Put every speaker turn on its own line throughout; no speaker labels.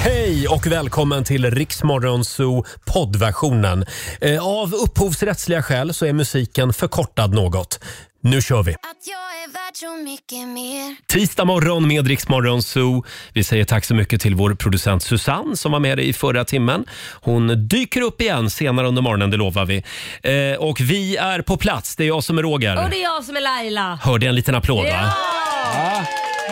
Hej och välkommen till Riksmorgonzoo poddversionen. Eh, Av upphovsrättsliga skäl så är musiken förkortad något. Nu kör vi!
Att jag är värd så mycket mer
Tisdag morgon med Riksmorgon Zoo. Vi säger tack så mycket till vår producent Susanne som var med i förra timmen. Hon dyker upp igen senare under morgonen, det lovar vi. Eh, och vi är på plats. Det är jag som är Roger.
Och det är jag som är Laila.
Hörde en liten applåd va?
Ja!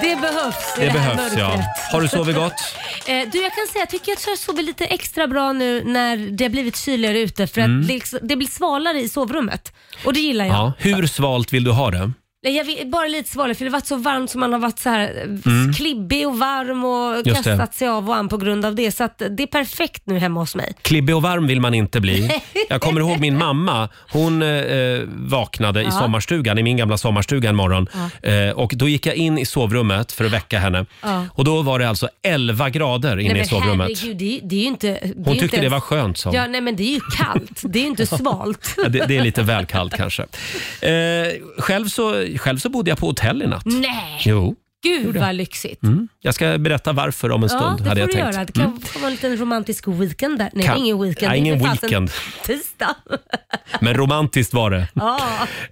Det behövs i
Det,
det, här
behövs ja.
mörkret.
Har du sovit gott?
Eh, du, jag kan säga, jag tycker att jag sover lite extra bra nu när det har blivit kyligare ute för att liksom- det blir svalare i sovrummet. Och det gillar jag.
Mm. Ja. Hur svalt vill du ha det?
Nej, jag vill, bara lite svalare för det har varit så varmt som man har varit så här eh, klibbig och varm och
Mm. Just det.
kastat sig av och an på grund av det. Så att det är perfekt nu hemma hos mig.
Klibbig och varm vill man inte bli. Jag kommer ihåg min mamma. Hon eh, vaknade i sommarstugan, i min gamla sommarstuga en morgon. Eh, och då gick jag in i sovrummet för att väcka henne.
Ja.
Och då var det alltså 11 grader inne
Nej,
i
men
sovrummet.
herregud, det, är- det är ju inte... Det är ju
Hon
inte
tyckte det
ens-
var skönt sa hon.
Ja, nej men det är ju kallt. Det är ju inte svalt.
Ja, det, det är lite väl kallt kanske. Eh, själv, så, själv så bodde jag på hotell i natt.
nej,
Jo.
gud vad lyxigt.
Mm. Jag ska berätta varför om en
Ja,
stund.
det får
hade jag
du
tänkt. Mm.
göra. Det kan vara en liten romantisk weekend där. Nej,
Kan-
det är ingen weekend.
Nej,
Det är
ingen
för fasen
weekend.
Tisdag.
Mm. Men romantiskt var det.
Ja.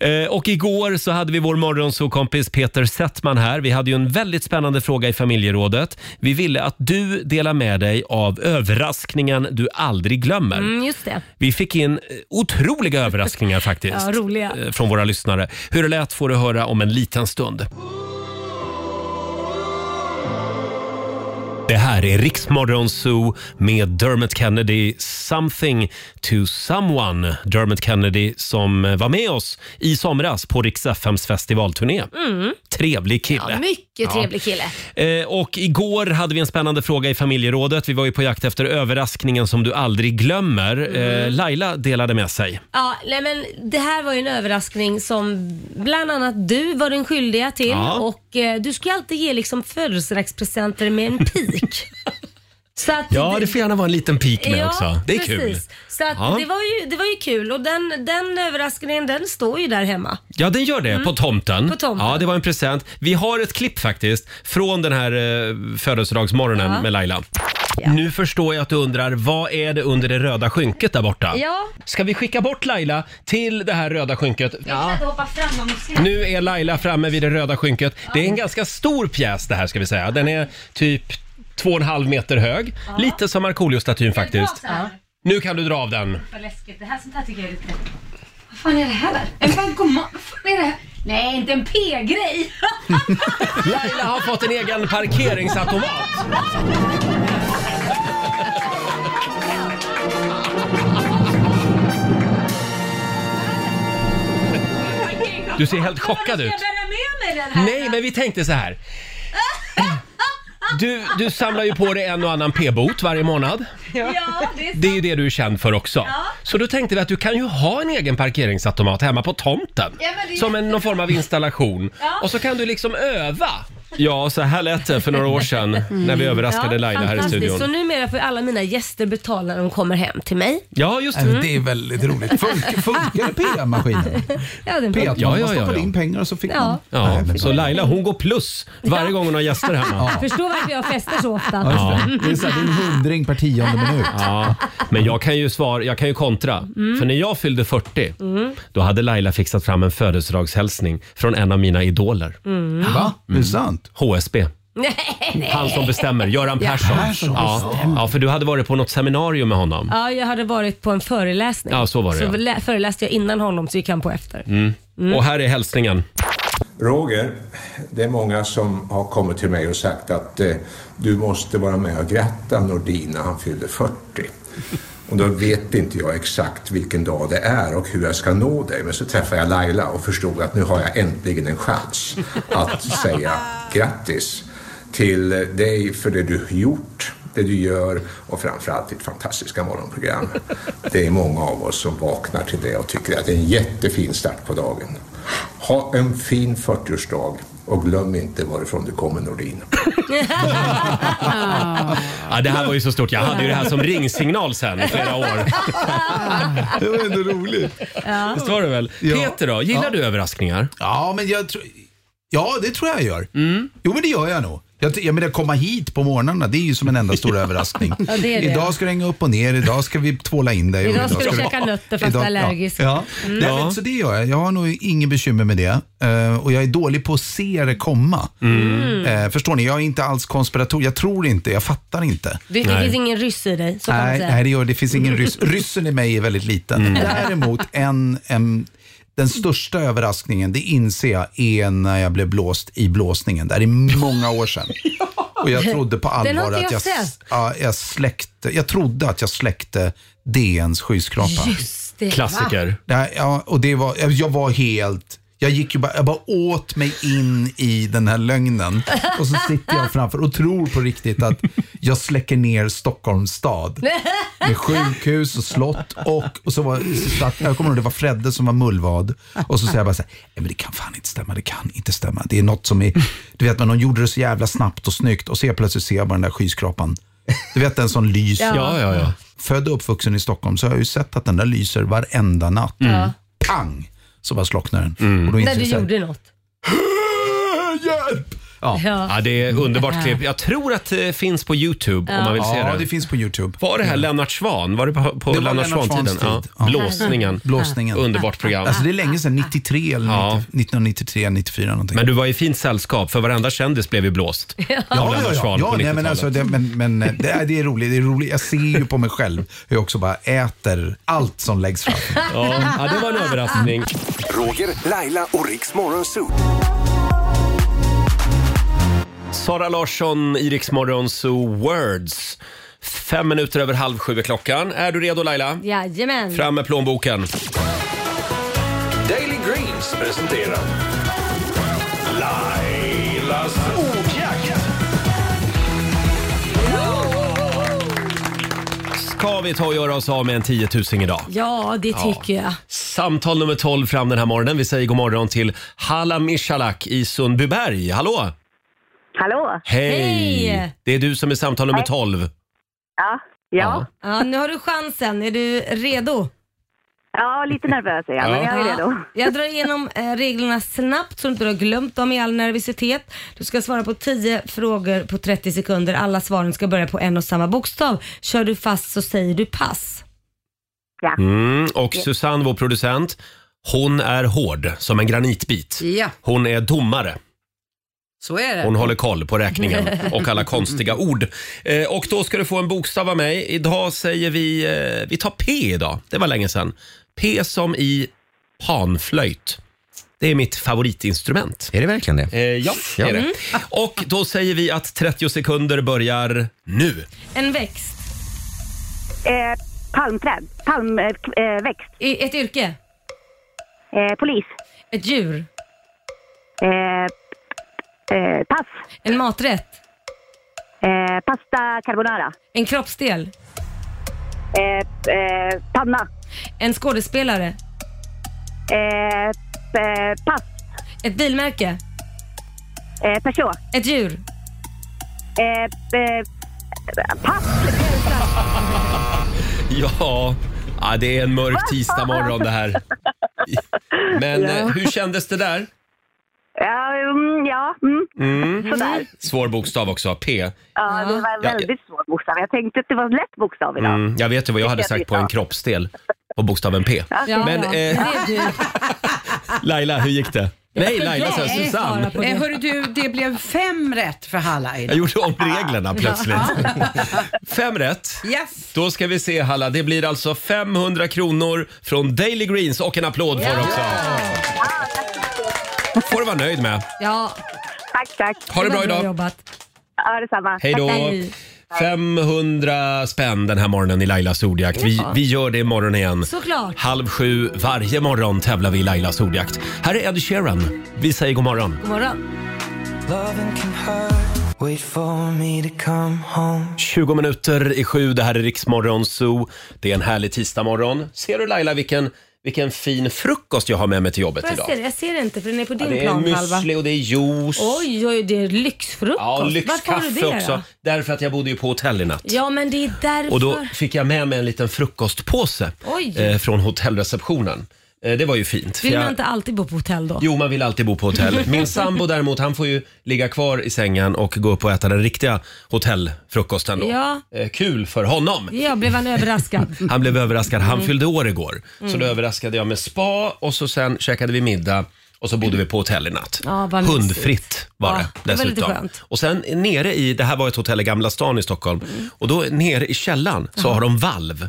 Eh, Och igår så hade vi vår morgonsåkompis Peter Settman här. Vi hade ju en väldigt spännande fråga i familjerådet. Vi ville att du delar med dig av överraskningen du aldrig glömmer.
Mm, just det.
Vi fick in eh, otroliga överraskningar faktiskt.
Ja, roliga.
eh, Från våra lyssnare. Hur det lät får du höra om en liten stund. Det här är Riksmorgon Zoo med Dermot Kennedy, “Something to someone”. Dermot Kennedy som eh, var med oss i somras på Rix FMs festivalturné. Trevlig kille.
Mm. Ja, mycket trevlig kille.
Eh, Och igår hade vi en spännande fråga i familjerådet. Vi var ju på jakt efter överraskningen som du aldrig glömmer. Eh,
Mm.
Laila delade med sig.
Ja, nej, men det här var ju en överraskning som bland annat du var den skyldiga till.
Ja.
Och eh, Du ska ju alltid ge liksom födelsedagspresenter med en pik. Så att
Ja, det får gärna vara en liten pik med
Ja,
också. Det är kul.
precis. Så att
Ja.
det, var ju, det var ju kul och den, den överraskningen den står ju där hemma.
Ja, den gör det. På, tomten.
Mm. På tomten.
Ja, det var en present. Vi har ett klipp faktiskt från den här eh, födelsedagsmorgonen med Laila. Nu förstår jag att du undrar, vad är det under det röda skynket där borta?
Ja.
Ska vi skicka bort Laila till det här röda skynket?
Jag kan hoppa fram om
Nu är Laila framme vid det röda skynket. Det är en ganska stor pjäs det här ska vi säga. Den är typ två och en halv meter hög. Lite som Markoolio-statyn faktiskt. Nu kan du dra av den.
Vad läskigt. Det här, sånt här tycker jag är lite...
Vad fan är det här? En bankomat? Vad fan är det här? Nej, inte en p-grej.
Laila har fått en egen parkeringsautomat. Du ser helt chockad ut.
Ska jag bära med mig den här?
Nej, men vi tänkte så här. Du, du samlar ju på dig en och annan p-bot varje månad.
Ja, det är...
Det är ju det du är känd för också. Så då tänkte vi att du kan ju ha en egen parkeringsautomat hemma på tomten.
Ja, men det är
Som en, någon form av installation. Och så kan du liksom öva. Ja, så här lät det för några år sedan
Mm.
när vi överraskade Laila här i
fantastiskt. Så
studion.
numera får ju alla mina gäster betala när de kommer hem till mig.
Ja, just det.
Nej, men Äh, Det är väldigt roligt. Funkar, funkar PA-maskinen?
Ja, den
PA, man
Ja, ja, ja,
stoppade
ja.
in pengar och så fick
Ja.
man...
Ja,
Nej, men-
så Laila hon går plus varje gång hon har gäster hemma.
Jag förstår varför jag festar så ofta.
Ja, just det. Det är så här, det är en hundring per tionde minut.
Ja, men jag kan ju svara, jag kan ju kontra.
Mm.
För när jag fyllde 40, då hade Laila fixat fram en födelsedagshälsning från en av mina idoler. Mm.
Va? Är det sant?
HSB. Han som bestämmer, Göran Persson.
Persson
ja. ja, för du hade varit på något seminarium med honom.
Ja, jag hade varit på en föreläsning.
Ja, så var det,
Så
ja.
lä- föreläste jag innan honom så gick han på efter.
Mm. Och här är hälsningen.
Roger, det är många som har kommit till mig och sagt att eh, du måste vara med och gratta Nordin när han fyller 40. Och då vet inte jag exakt vilken dag det är och hur jag ska nå dig. Men så träffade jag Laila och förstod att nu har jag äntligen en chans att säga grattis till dig för det du har gjort, det du gör och framförallt ditt fantastiska morgonprogram. Det är många av oss som vaknar till det och tycker att det är en jättefin start på dagen. Ha en fin 40-årsdag och glöm inte varifrån du kommer Nordin.
Ja, det här var ju så stort. Jag hade ju det här som ringsignal sen i flera år.
Det var ändå roligt.
Visst var det väl?
Ja.
Peter då, gillar du överraskningar?
Mm. Ja, men jag tror... Ja, det tror jag jag gör. Jo, men det gör jag nog. Jag, ty- jag menar komma hit på morgnarna, det är ju som en enda stor överraskning.
Ja, det är det.
Idag ska du hänga upp och ner, idag ska vi tvåla in dig. och
Idag ska du
vara-
käka nötter fast du är
Idag- ja.
allergisk. Mm.
Ja. Nej, men, så det gör jag. Jag har nog ingen bekymmer med det. Eh, och jag är dålig på att se det komma. Eh, förstår ni? Jag är inte alls konspirator. Jag tror inte, jag fattar inte.
Det, det finns ingen ryss i dig, så kan man
Nej,
säga. Mm.
nej det, gör, det finns ingen ryss. Ryssen i mig är väldigt liten. Däremot, en, en, den största överraskningen, det inser jag, är när jag blev blåst i blåsningen. Det här är många år sedan. Och jag trodde på
Den har
allvar
inte
att
jag
jag,
sett.
ja, jag släckte, jag trodde att jag släckte DNs skyskrapa.
Just det.
Klassiker.
Nej, ja, och det var, jag- jag var helt... Jag gick ju bara, jag bara åt mig in i den här lögnen och så sitter jag framför och tror på riktigt att jag släcker ner Stockholms stad med sjukhus och slott och, och så var så att, jag kommer ihåg det var Fredde som var mullvad och så säger jag bara så här, "Nej, men det kan fan inte stämma, det kan inte stämma. Det är något som är, du vet men de gjorde det så jävla snabbt och snyggt och så helt plötsligt ser jag bara den där skyskrapan. Du vet den som lyser
Ja, ja, ja.
född och uppvuxen i Stockholm så har jag ju sett att den där lyser varenda natt.
Mm.
Pang! Så bara slocknar den. Och
När
då inser
du
jag så här,
gjorde något.
Hjälp!
Ja.
Ja, det är underbart klipp. Jag tror att det finns på Youtube om man vill se
Ja, det
det.
finns på Youtube.
Var det här Lennart Svan? Var det på, på
Det var
Lennart
Lennart
Svan-tiden?
Swans tid. Ja.
Ja. Blåsningen.
Blåsningen.
Underbart program.
Alltså det är länge sedan, 93 eller
Ja.
90, 1993, 94 någonting.
Men du var i fint sällskap för varenda kändis blev ju blåst. Ja,
Ja, ja, ja. ja nej, men alltså, det, men, men det, är, det är roligt. Det är roligt. Jag ser ju på mig själv hur jag också bara äter allt som läggs fram.
ja, ja, det var en överraskning.
Roger, Laila och Riks Morgonzoo.
Sara Larsson, Iriks Morgonzoo Words. Fem minuter över halv sju är klockan. Är du redo Laila?
Jajamän.
Fram med plånboken.
Daily Greens presenterar Lailas ordjakt.
Ska vi ta och göra oss av med en tiotusing idag?
Ja, det tycker jag.
Samtal nummer 12 fram den här morgonen. Vi säger god morgon till Halam Michalak i Sundbyberg. Hallå!
Hallå?
Hej!
Hej!
Det är du som är samtal nummer 12.
Ja, ja.
Ja, nu har du chansen. Är du redo?
ja lite nervös är jag, men jag är redo.
Jag drar igenom eh, reglerna snabbt så du inte har glömt dem i all nervositet. Du ska svara på 10 frågor på 30 sekunder. Alla svaren ska börja på en och samma bokstav. Kör du fast så säger du pass.
Mm, och Susanne, vår producent, hon är hård som en granitbit.
Ja,
Hon är domare.
så är det.
Hon håller koll på räkningen och alla konstiga ord. Eh, och då ska du få en bokstav av mig. Idag säger vi, eh, vi tar P idag. Det var länge sedan. P som i panflöjt. Det är mitt favoritinstrument.
Är det verkligen det?
Eh, ja, det är
Ja. Mm.
det. Och då säger vi att 30 sekunder börjar nu.
En växt.
Eh, palmträd, palmväxt, eh, k- eh, växt.
I- Ett yrke.
eh, polis,
Ett djur.
eh, eh, pass,
En maträtt.
eh, pasta carbonara,
En kroppsdel.
eh, eh, panna,
En skådespelare.
eh, eh, pass,
Ett bilmärke.
eh, Peugeot,
Ett djur.
eh, eh, pass,
Ja, ja det är en mörk tisdagmorgon det här. Men eh, hur kändes det där?
ja, mm, ja mm. sådär.
Svår bokstav också, P.
Ja, det var en
Ja,
väldigt svår bokstav. Jag tänkte att det var en lätt bokstav idag.
Mm, jag vet ju vad jag hade sagt på en kroppsdel på bokstaven P.
Ja,
Men,
ja.
eh,
det är du.
Laila, hur gick det? Nej, Laila sa jag,
Nej,
Susanne.
Sara på
Eh,
det.
hörru du, det blev fem rätt för Halla
Jag
idag.
gjorde om reglerna plötsligt. Fem rätt.
Yes!
Då ska vi se Halla, det blir alltså 500 kronor från Daily Greens och en applåd för också. får du vara nöjd med.
Ja,
Tack, tack.
Ha det bra
var
idag.
jobbat.
Ja, detsamma.
Hej då.
Hej.
500 spänn den här morgonen i Lailas ordjakt. Vi, vi gör det imorgon igen.
Såklart.
Halv sju varje morgon tävlar vi i Lailas ordjakt. Här är Ed Sheeran. Vi säger god morgon.
God morgon.
20 minuter i sju, det här är Riksmorgon Zoo. Det är en härlig tisdagmorgon. Ser du Laila vilken, vilken fin frukost jag har med mig till jobbet
Jag
idag?
ser, det, jag ser det inte för den är på
Ja,
din
det är
plan
müsli och det är juice.
Oj, oj, det är lyxfrukost.
ja,
Varför har du
lyxkaffe
det
också.
Då?
Därför att jag bodde ju på hotell i natt.
Ja, men det är därför.
Och då fick jag med mig en liten frukostpåse
Oj.
eh, från hotellreceptionen. Eh, Det var ju fint. för
Vill man
jag-
inte alltid bo på hotell då?
Jo, man vill alltid bo på hotell. Min sambo däremot, han får ju ligga kvar i sängen och gå upp och äta den riktiga hotellfrukosten då.
Ja.
Eh, Kul för honom.
Ja, blev han överraskad?
Han blev överraskad. Han
Mm.
fyllde år igår. Så då överraskade jag med spa och så sen käkade vi middag och så bodde vi på hotell i natt.
Ja, vad mysigt.
Hundfritt var
Ja,
det
det var lite
dessutom.
skönt.
och sen nere i, det här var ett hotell i Gamla stan i Stockholm.
Mm.
Och då nere i källaren så har de valv.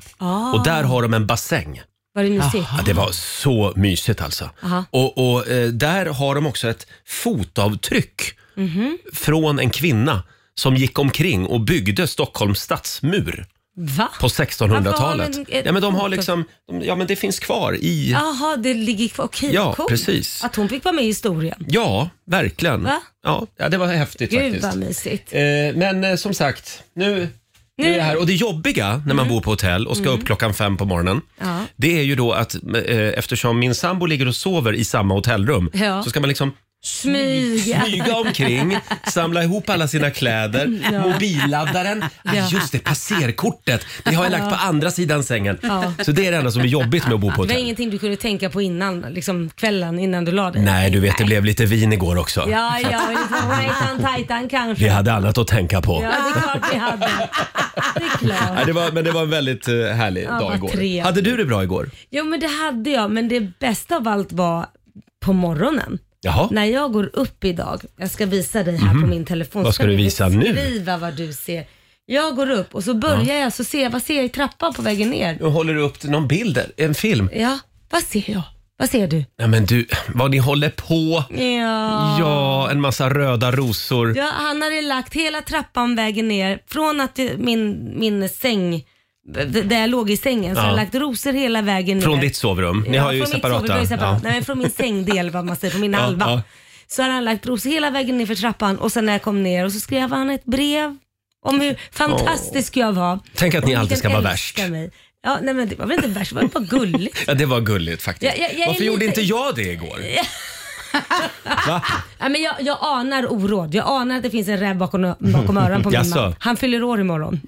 Och där har de en bassäng.
Var det Ah. mysigt?
Ja, det var så mysigt alltså.
Aha.
Och, och eh, där har de också ett fotavtryck
Mhm.
från en kvinna som gick omkring och byggde Stockholms stadsmur
Va?
på 1600-talet.
Varför har de ett-
Ja, men de har liksom, de- ja men det finns kvar i,
Jaha, det ligger kvar. Okej,
Ja,
vad coolt.
precis.
Att hon fick vara med i historien.
ja verkligen.
Va?
Ja, ja, det var häftigt
Gud
faktiskt.
vad mysigt.
Eh, men eh, som sagt, nu, nu är jag här. Och det jobbiga när man bor på hotell och ska upp klockan fem på morgonen,
Mm. Ja.
det är ju då att eh, eftersom min sambo ligger och sover i samma hotellrum
Ja.
så ska man liksom
Smyga.
smyga omkring, samla ihop alla sina kläder, mobilladdaren, ah,
Ja.
just det, passerkortet, det har jag lagt på andra sidan sängen.
Ja.
Så det är det enda som är jobbigt med att bo på
Det var
hotell.
ingenting du kunde tänka på innan, liksom kvällen innan du la dig?
Nej, du vet det blev lite vin igår också.
Ja, ja, lite Rajtan Tajtan kanske.
Vi hade annat att tänka på.
Ja, det är klart vi hade. Det är
Nej,
klart.
det var, men det var en väldigt eh, härlig dag
vad
igår.
trevligt.
Hade du det bra igår?
Jo, men det hade jag. Men det bästa av allt var på morgonen.
Jaha. Mhm.
När jag går upp idag, jag ska visa dig här på min telefon.
Vad ska du
vi
visa nu?
Beskriva vad du ser. Jag går upp och så börjar jag, så ser jag, vad ser jag i trappan på vägen ner?
Nu håller du upp någon bild, där, en film.
Ja, vad ser jag? Vad ser du?
Nej men du, vad ni håller på.
Ja.
Ja, en massa röda rosor.
Ja, han hade lagt hela trappan vägen ner från att det- min, min säng, d- där jag låg i sängen, så
Ja.
hade han lagt rosor hela vägen ner.
Från ditt sovrum. Ni
Ja,
har ju
från mitt sovrum,
separata.
det var ju separat.
Ja.
Nej, men från min sängdel, vad man säger, från min
Ja,
halva.
ja.
Så hade han lagt rosor hela vägen ner för trappan och sen när jag kom ner och så skrev han ett brev om hur fantastisk jag var.
Tänk att ni
Om
alltid ska
vilken
vara
älskar
värst.
Mig. Ja, nej men det var väl inte värst, det var bara gulligt.
Ja, det var gulligt faktiskt.
Jag- jag- jag är
Varför gjorde
lite-
inte jag det igår? Va?
Ja, men jag, jag anar oråd. Jag anar att det finns en räv bakom, bakom öronen på min
Jaså?
man. Han fyller år imorgon.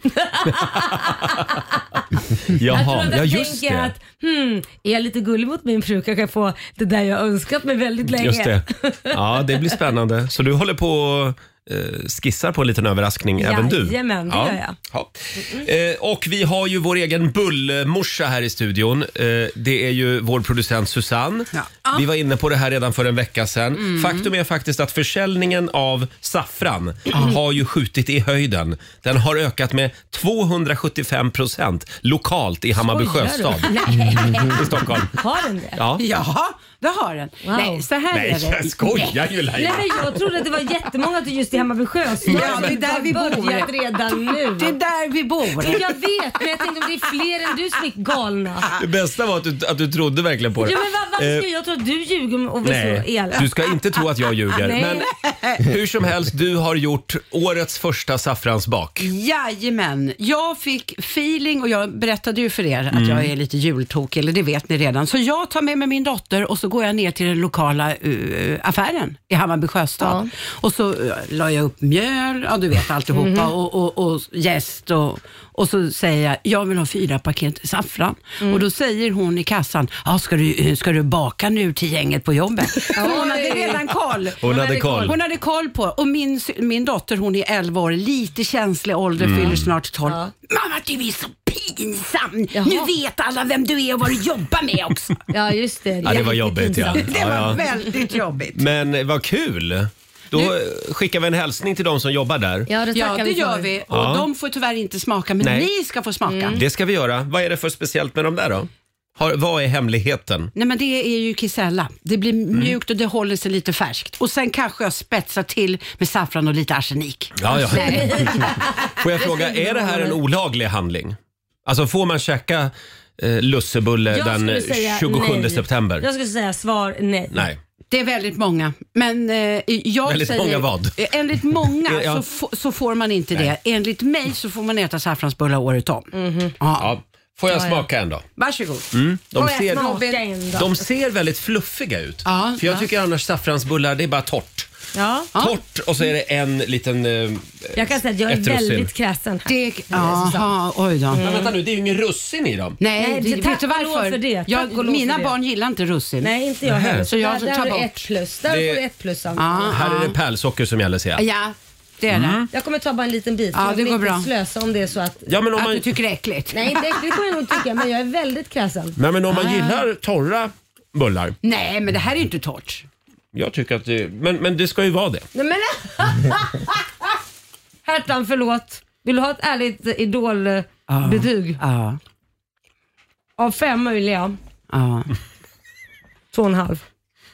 jag tror
Jaha,
att
ja
jag
just
tänker
det.
att hmm, är jag lite gullig mot min fru kanske jag får det där jag önskat mig väldigt länge.
Just det. Ja, det blir spännande. Så du håller på och eh, skissar på en liten överraskning även du?
Jajamän, det gör jag.
Ja. Eh, och vi har ju vår egen bullmorsa här i studion. Eh, det är ju vår producent Susanne. Vi var inne på det här redan för en vecka sedan.
Mm.
Faktum är faktiskt att försäljningen av saffran har ju skjutit i höjden. Den har ökat med 275 procent lokalt i Hammarby
Skojar du?
sjöstad i Stockholm.
Har den det?
Ja.
Jaha, det har den.
Wow.
Nej, så här
Nej,
är det.
jag skojar ju Laila.
Nej, men jag trodde att det var jättemånga till just i Hammarby sjöstad.
Ja, det är där vi
Har börjat
bor.
redan nu.
Det är där vi bor.
Jag vet, men jag tänkte om det är fler än du som är galna.
Det bästa var att du, att du trodde verkligen på det.
Ah. Ja, men vad, vad
Eh,
ska jag tro att du ljuger och vill så
Nej,
elak?
du ska inte tro att jag ljuger.
Nej.
Men Eh, hur som helst, du har gjort årets första saffransbak.
Jajamän, jag fick feeling och jag berättade ju för er att jag är lite jultokig, eller det vet ni redan. Så jag tar med mig min dotter och så går jag ner till den lokala eh, affären i Hammarby sjöstad. Och så uh, la jag upp mjöl, ja du vet alltihopa, och, och, och jäst och, och så säger jag, jag vill ha fyra paket saffran. Och då säger hon i kassan, ah, ska, du, eh, ska du baka nu till gänget på jobbet? Så hon hade redan koll.
Hon hade koll.
Hon hade koll på. Och min, sy- min dotter, hon är 11 år, lite känslig ålder,
Mm.
fyller snart 12. Mamma, du är så pinsam. Nu vet alla vem du är och vad du jobbar med också.
Ja, just det.
Ja, det var jobbigt ja.
Det var
ja, ja.
väldigt jobbigt.
Men vad kul! Då eh, skickar vi en hälsning till de som jobbar där.
Ja, det Mm.
Ja,
tackar
det
vi för.
gör vi. Och
Ja.
de får tyvärr inte smaka, men
Nej.
ni ska få smaka.
Det ska vi göra. Vad är det för speciellt med de där då? Har, vad är hemligheten?
Nej men det är ju kisella. Det blir
Mm.
mjukt och det håller sig lite färskt. Och sen kanske jag spetsar till med saffran och lite arsenik.
Ja, ja. Får jag fråga, är det här en olaglig handling? Alltså får man käka eh, lussebulle
Jag
den
skulle säga
27
nej.
september?
Jag skulle säga svar nej.
Nej.
Det är väldigt många. Men eh, jag
Väldigt
säger,
många vad?
Eh, Enligt många
Ja.
så, få, så får man inte det. Enligt mig så får man äta saffransbullar året om.
Mhm.
Ja.
Ja. Får jag smaka en då? Mm.
Varsågod.
De
Får jag
ser,
smaka en då?
de ser väldigt fluffiga ut.
Ja,
för jag
ja.
tycker annars saffransbullar, det är bara torrt.
Ja.
Torrt och så är det en liten eh,
Jag kan säga att jag är
Ett russin.
väldigt kräsen. här.
Det, aha, oj då.
Men vänta nu, det är ju ingen russin i dem.
Nej,
Mm. Nej,
det,
det-
vet
tack
du
och lov
varför?
för det. Tack och
Jag,
lov
mina
för det.
barn gillar inte russin.
Nej, inte jag heller.
Så jag
där, där
tar
har
bort.
du ett plus. Där
Det-
får du ett plus Sandra.
Ja,
Här är
ja.
det pärlsocker som gäller ser jag.
Ja, det är det.
Jag kommer ta bara en liten bit.
Ja,
jag
det
vill
går
inte
bra.
slösa om det är så att...
Ja, men om
Att
man,
du tycker det är äckligt.
Nej, inte äckligt får jag nog tycka, men jag är väldigt kräsen.
nej, men om man
Ah.
gillar torra bullar.
Nej, men det här är ju inte torrt.
Jag tycker att det, men, men det ska ju vara det.
Nej men... Hertan, förlåt. Vill du ha ett ärligt
Ja.
idolbetyg?
Ja.
Av fem möjliga,
ja.
två och en halv.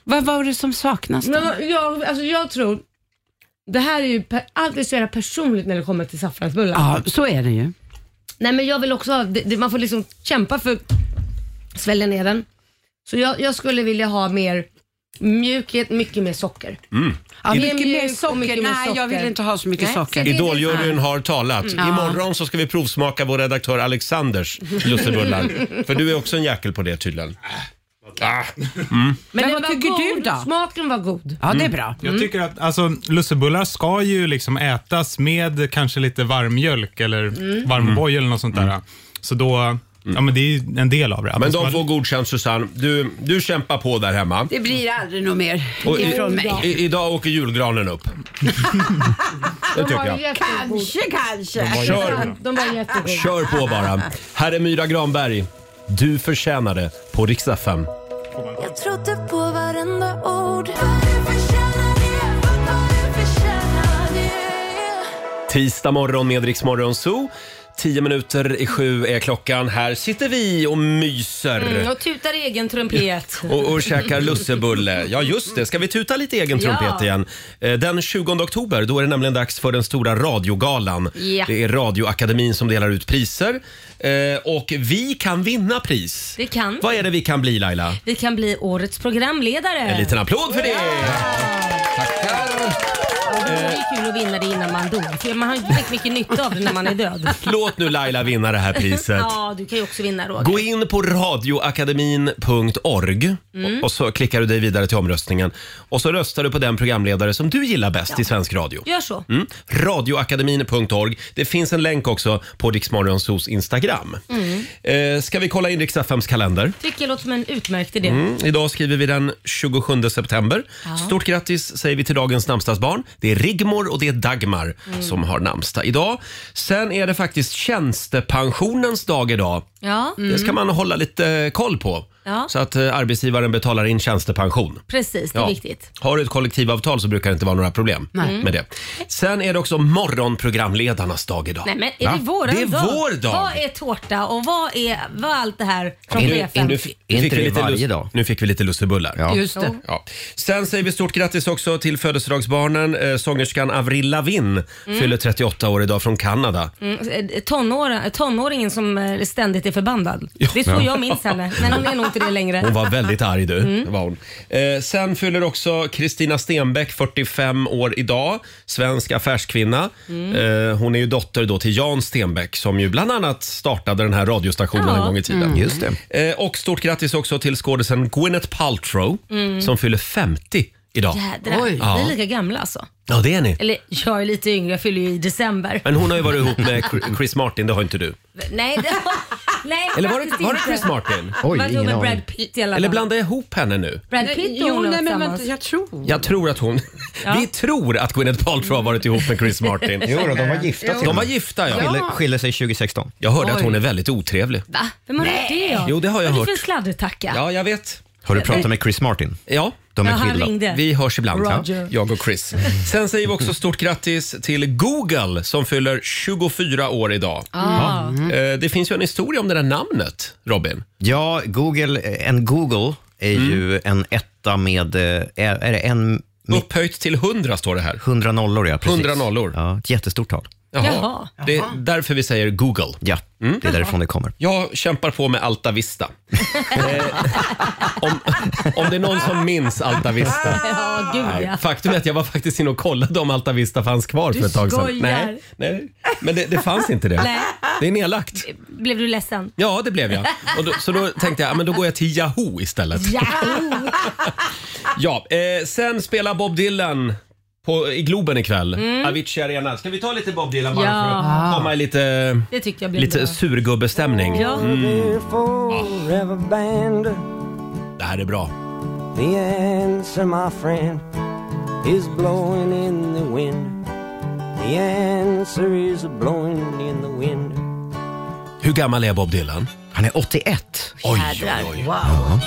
Vad var det som saknas då?
Nej, men jag, alltså, jag tror... Det här är ju per, allt är så jävla personligt när det kommer till saffransbullar.
Ja, så är det ju.
Nej men jag vill också ha, det, det, man får liksom kämpa för att svälja ner den. Så jag, jag skulle vilja ha mer mjukhet, mycket mer socker.
Mm.
Ja,
Mer
mycket
mjölk
mer
och
socker.
mycket mer
Nej,
socker.
jag vill inte ha så mycket
Nej,
socker. Mm.
så det-
Idoljuryn har talat. Imorgon så ska vi provsmaka vår redaktör Alexanders lussebullar. För du är också en jäkel på det tydligen. Ah.
Men,
Men
den
vad
var
tycker
god.
du då?
Smaken var god.
Ja,
Mm.
det är bra. Mm.
Jag tycker att alltså, lussebullar ska ju liksom ätas med kanske lite varmmjölk eller
Mm.
varmboj eller något sånt där. Så då, ja men det är ju en del av det. Att
Mm. Men
man ska
de
ha-
får godkänt Susanne. Du, du kämpar på där hemma.
Det blir aldrig nog mer
Och
ifrån
i,
mig.
i, idag åker julgranen upp. det tycker jag.
jättegod.
Kanske, kanske.
Kör,
De var jättegoda.
kör på bara. Här är Myra Granberg. Du förtjänar det på riksdag 5.
Jag trodde på varenda ord. Du förtjänar det, du förtjänar det.
Tisdag morgon med Rix Morgon Zoo. Tio minuter i sju är klockan. Här sitter vi och myser.
Mm, och tutar i egen trumpet.
Och, och käkar lussebulle. Ja, just det. Ska vi tuta lite egen trumpet
Ja.
igen? Eh, Den 20 oktober, då är det nämligen dags för den stora radiogalan.
Ja.
Det är Radioakademin som delar ut priser. Eh, Och vi kan vinna pris.
Det kan vi.
Vad är det vi kan bli, Laila?
Vi kan bli årets programledare.
En liten applåd för det! Tackar!
Och Det är kul att vinna det innan man dog. För man har ju inte mycket nytta av det när man är död.
Låt nu Laila vinna det här priset.
Ja, du kan ju också vinna Roger.
Gå in på radioakademin.org och- och så klickar du dig vidare till omröstningen. Och så röstar du på den programledare som du gillar bäst i svensk radio.
Gör så.
Mm. Radioakademin.org. Det finns en länk också på Riksmorgonsos Instagram. Eh, ska vi kolla in Riks-FMs kalender?
Tycker jag låter Mm. som en utmärkt idé.
Mm. Idag skriver vi den 27 september. Stort grattis säger vi till dagens namnsdagsbarn. Det är Rigmor och det är Dagmar
Mm.
som har namnsdag idag. Sen är det faktiskt tjänstepensionens dag idag.
Ja,
Det ska man hålla lite eh, koll på.
Mm. Ja.
Så att eh, arbetsgivaren betalar in tjänstepension.
precis. Det är viktigt.
Har du ett kollektivavtal så brukar det inte vara några problem med det. Sen är det också morgonprogramledarnas dag idag.
Nej men är
Va?
det våran
Det är
dag?
vår dag!
Vad är tårta och vad är, vad är allt det här från
Nu-
chefen?
nu- nu
Är
fick
inte
vi
det
lite
varje
lust-
dag?
Nu fick vi lite lussebullar.
Ja.
Just det.
Ja. Sen säger vi stort grattis också till födelsedagsbarnen. Eh, sångerskan Avril Lavigne
Mm.
fyller 38 år idag från Kanada.
Mm, eh, tonår, tonåringen som eh, ständigt är förbannad. Det är så jag minns henne. Men hon är nog inte det
Hon
längre.
var väldigt arg du.
Mm.
Det Var hon. Eh, sen fyller också Kristina Stenbeck 45 år idag. Svensk affärskvinna.
Mm.
Eh, hon är ju dotter då till Jan Stenbeck som ju bland annat startade den här radiostationen
Ja. Mm.
en gång i tiden.
Just det.
Eh, och stort grattis också till skådisen Gwyneth Paltrow som fyller 50 idag.
Mm. Jädrar, vi
Ja.
är lika gamla alltså.
Ja, det är ni.
Eller jag är lite yngre, jag fyller ju i december.
Men hon har ju varit ihop med Chr- Chris Martin, det har inte du.
Nej, det var, nej
Eller var
faktiskt
det, var det
inte.
Chris Martin?
Oj,
Vad tog
ingen
med
aning.
Brad Pitt i alla
Eller
fall.
blandar jag ihop henne nu?
Brad Pitt och
Jo,
hon
nej, men
tillsammans.
vänta, jag tror...
Jag tror att hon... Vi tror att Gwyneth Paltrow har varit ihop med Chris Martin.
Jo då, de var gifta till
De
och
var
med.
gifta ja.
Skilde, skilde sig 2016.
Jag hörde att hon är väldigt otrevlig.
Va? Vem har hört det?
Jo, det har jag
Vad är
hört.
det för sladdertacka?
Ja, jag vet.
Har du pratat med Chris Martin?
Ja.
De
Ja,
är
han
skilda.
ringde.
Vi hörs ibland, ja.
Roger.
jag och Chris. Sen säger vi också stort grattis till Google som fyller 24 år idag.
Ah.
Eh, Det finns ju en historia om det där namnet, Robin. Mm.
Ja, Google, eh, en Google är ju en etta med, eh, är, är det en med
Upphöjt till 100 står det här.
hundra nollor? Ja, precis.
100 nollor.
Ja, ett jättestort tal.
Jaha.
Jaha.
Det är därför vi säger Google. Mm.
Ja, det är därifrån det kommer.
Jag kämpar på med Alta Vista. Eh, om, om det är någon som minns Alta
Ah.
Vista.
Ja, gud ja.
Faktum är att jag var faktiskt inne och kollade om Alta Vista fanns kvar för ett tag sedan.
skojar.
Nej, nej, men det, det fanns inte det.
Nej.
Det är nedlagt.
Blev du ledsen?
Ja, det blev jag. Och då, så då tänkte jag, ja, men då går jag till Yahoo istället.
Ja.
Ja, eh, sen spelar Bob Dylan på, i Globen ikväll.
Mm.
Avicii Arena. Ska vi ta lite Bob Dylan bara
Ja.
för att komma i lite,
Det tycker jag blir bra.
lite surgubbestämning?
Ja.
Mm.
Forever band.
Det här är bra.
The answer, my friend, is blowing in the wind. The answer is blowing in the wind.
Hur gammal är Bob Dylan?
Han är 81.
Oj, oj,
Jädrar,
oj.
wow.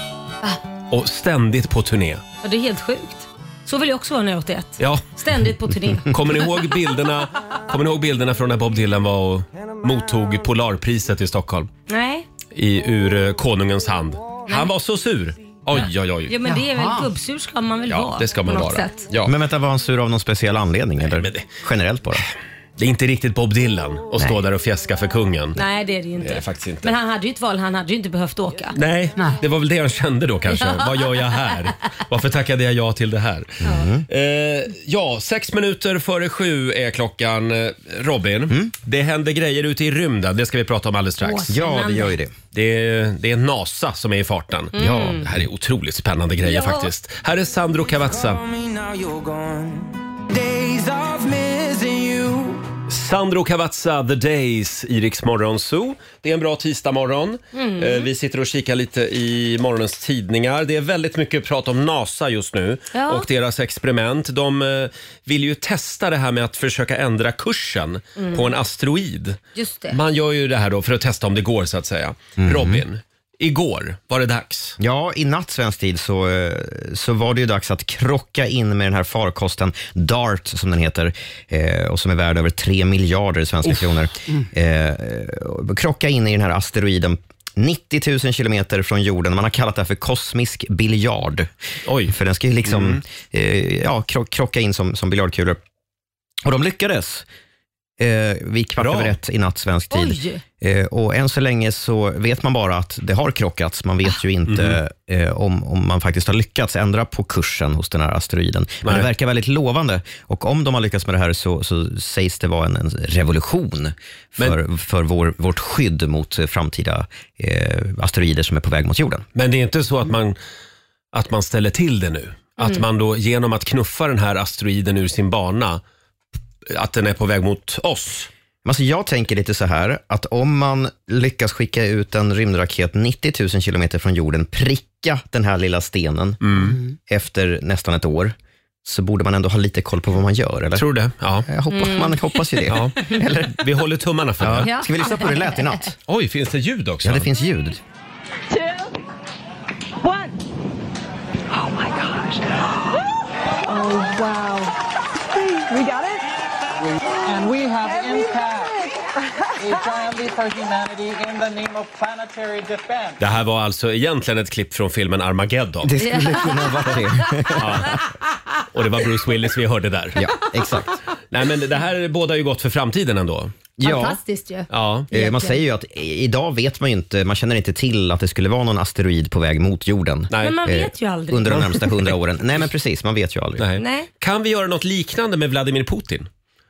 Och ständigt på turné.
Ja, det är helt sjukt. Så vill jag också vara när jag är 81.
Ja.
Ständigt på turné.
Kommer ni ihåg bilderna, kommer ni ihåg bilderna från när Bob Dylan var och mottog Polarpriset i Stockholm?
Nej.
I, ur eh, konungens hand. Han var så sur. Oj, oj, oj.
Ja, men det är väl
Jaha.
gubbsur ska man väl
Ja,
vara?
det ska man
på något
vara.
Sätt.
Ja.
Men vänta, var han sur av någon speciell anledning eller generellt bara?
Det är inte riktigt Bob Dylan att stå där och fjäska för kungen.
Nej, det är det ju
Det
inte.
är faktiskt inte.
Men han hade ju ett val, han hade ju inte behövt åka.
Nej, det var väl det han kände då kanske.
Ja.
Vad gör jag här? Varför tackade jag ja till det här?
Mm.
Eh, ja, sex minuter före sju är klockan. Eh, Robin,
Mm.
det händer grejer ute i rymden. Det ska vi prata om alldeles strax.
Åh, Ja, det gör ju det.
Det är, det är NASA som är i farten.
Mm. Ja.
Det här är otroligt spännande
Ja.
grejer faktiskt. Här är Sandro Cavazza.
Days of missing you
Sandro Cavazza, The Days, i Rix Morgon Zoo. Det är en bra tisdagmorgon.
Mm.
Eh, Vi sitter och kikar lite i morgonens tidningar. Det är väldigt mycket prat om NASA just nu
Ja.
och deras experiment. De eh, vill ju testa det här med att försöka ändra kursen
Mm.
på en asteroid.
Just det.
Man gör ju det här då för att testa om det går så att säga. Robin, igår var det dags.
Mhm. Ja, i natt svensk tid så, eh, så var det ju dags att krocka in med den här farkosten DART som den heter eh, och som är värd över 3 miljarder svenska
Uff.
kronor.
Mm.
Eh, och krocka in i den här asteroiden 90 000 kilometer från jorden. Man har kallat det här för kosmisk biljard.
Oj.
För den ska ju liksom
Mm.
eh, ja, kro- krocka in som, som biljardkulor. Och de lyckades. Eh, vid kvart
Bra.
över ett i natt svensk tid.
Oj.
Eh, och än så länge så vet man bara att det har krockats. Man vet ju inte eh, om, om man faktiskt har lyckats ändra på kursen hos den här asteroiden. Men
Nej.
det verkar väldigt lovande. Och om de har lyckats med det här så, så sägs det vara en, en revolution för, för vår, vårt skydd mot eh, framtida eh, asteroider som är på väg mot jorden.
Men det är inte så att man, att man ställer till det nu. Att
Mm.
man då genom att knuffa den här asteroiden ur sin bana, att den är på väg mot oss.
Alltså jag tänker lite så här, att om man lyckas skicka ut en rymdraket 90 000 kilometer från jorden, pricka den här lilla stenen
Mm.
efter nästan ett år, så borde man ändå ha lite koll på vad man gör, eller?
Tror du det? Ja.
Jag hoppas,
Mm.
Man hoppas ju det.
Ja.
Eller?
Vi håller tummarna för det.
Ja. Ska vi lyssna på hur det lät i natt?
Oj, finns det ljud också?
Ja, det finns ljud.
Two One Oh my gosh Oh wow We got it?
And we have
And we
impact. A giant leap for humanity in the name of planetary defense.
Det här var alltså egentligen ett klipp från filmen Armageddon.
Det skulle kunna
vara det.
Ja. Och det var Bruce Willis vi hörde där.
Ja, exakt.
Nej, men det här bådar ju gott för framtiden ändå.
Fantastiskt ju.
Ja.
Eh, Man
Verkligen.
säger ju att i- idag vet man ju inte, man känner inte till att det skulle vara någon asteroid på väg mot jorden.
Men man
Eh,
vet ju aldrig.
Under de närmsta hundra åren. Nej men precis, man vet ju aldrig.
Nej.
Nej.
Kan vi göra något liknande med Vladimir Putin?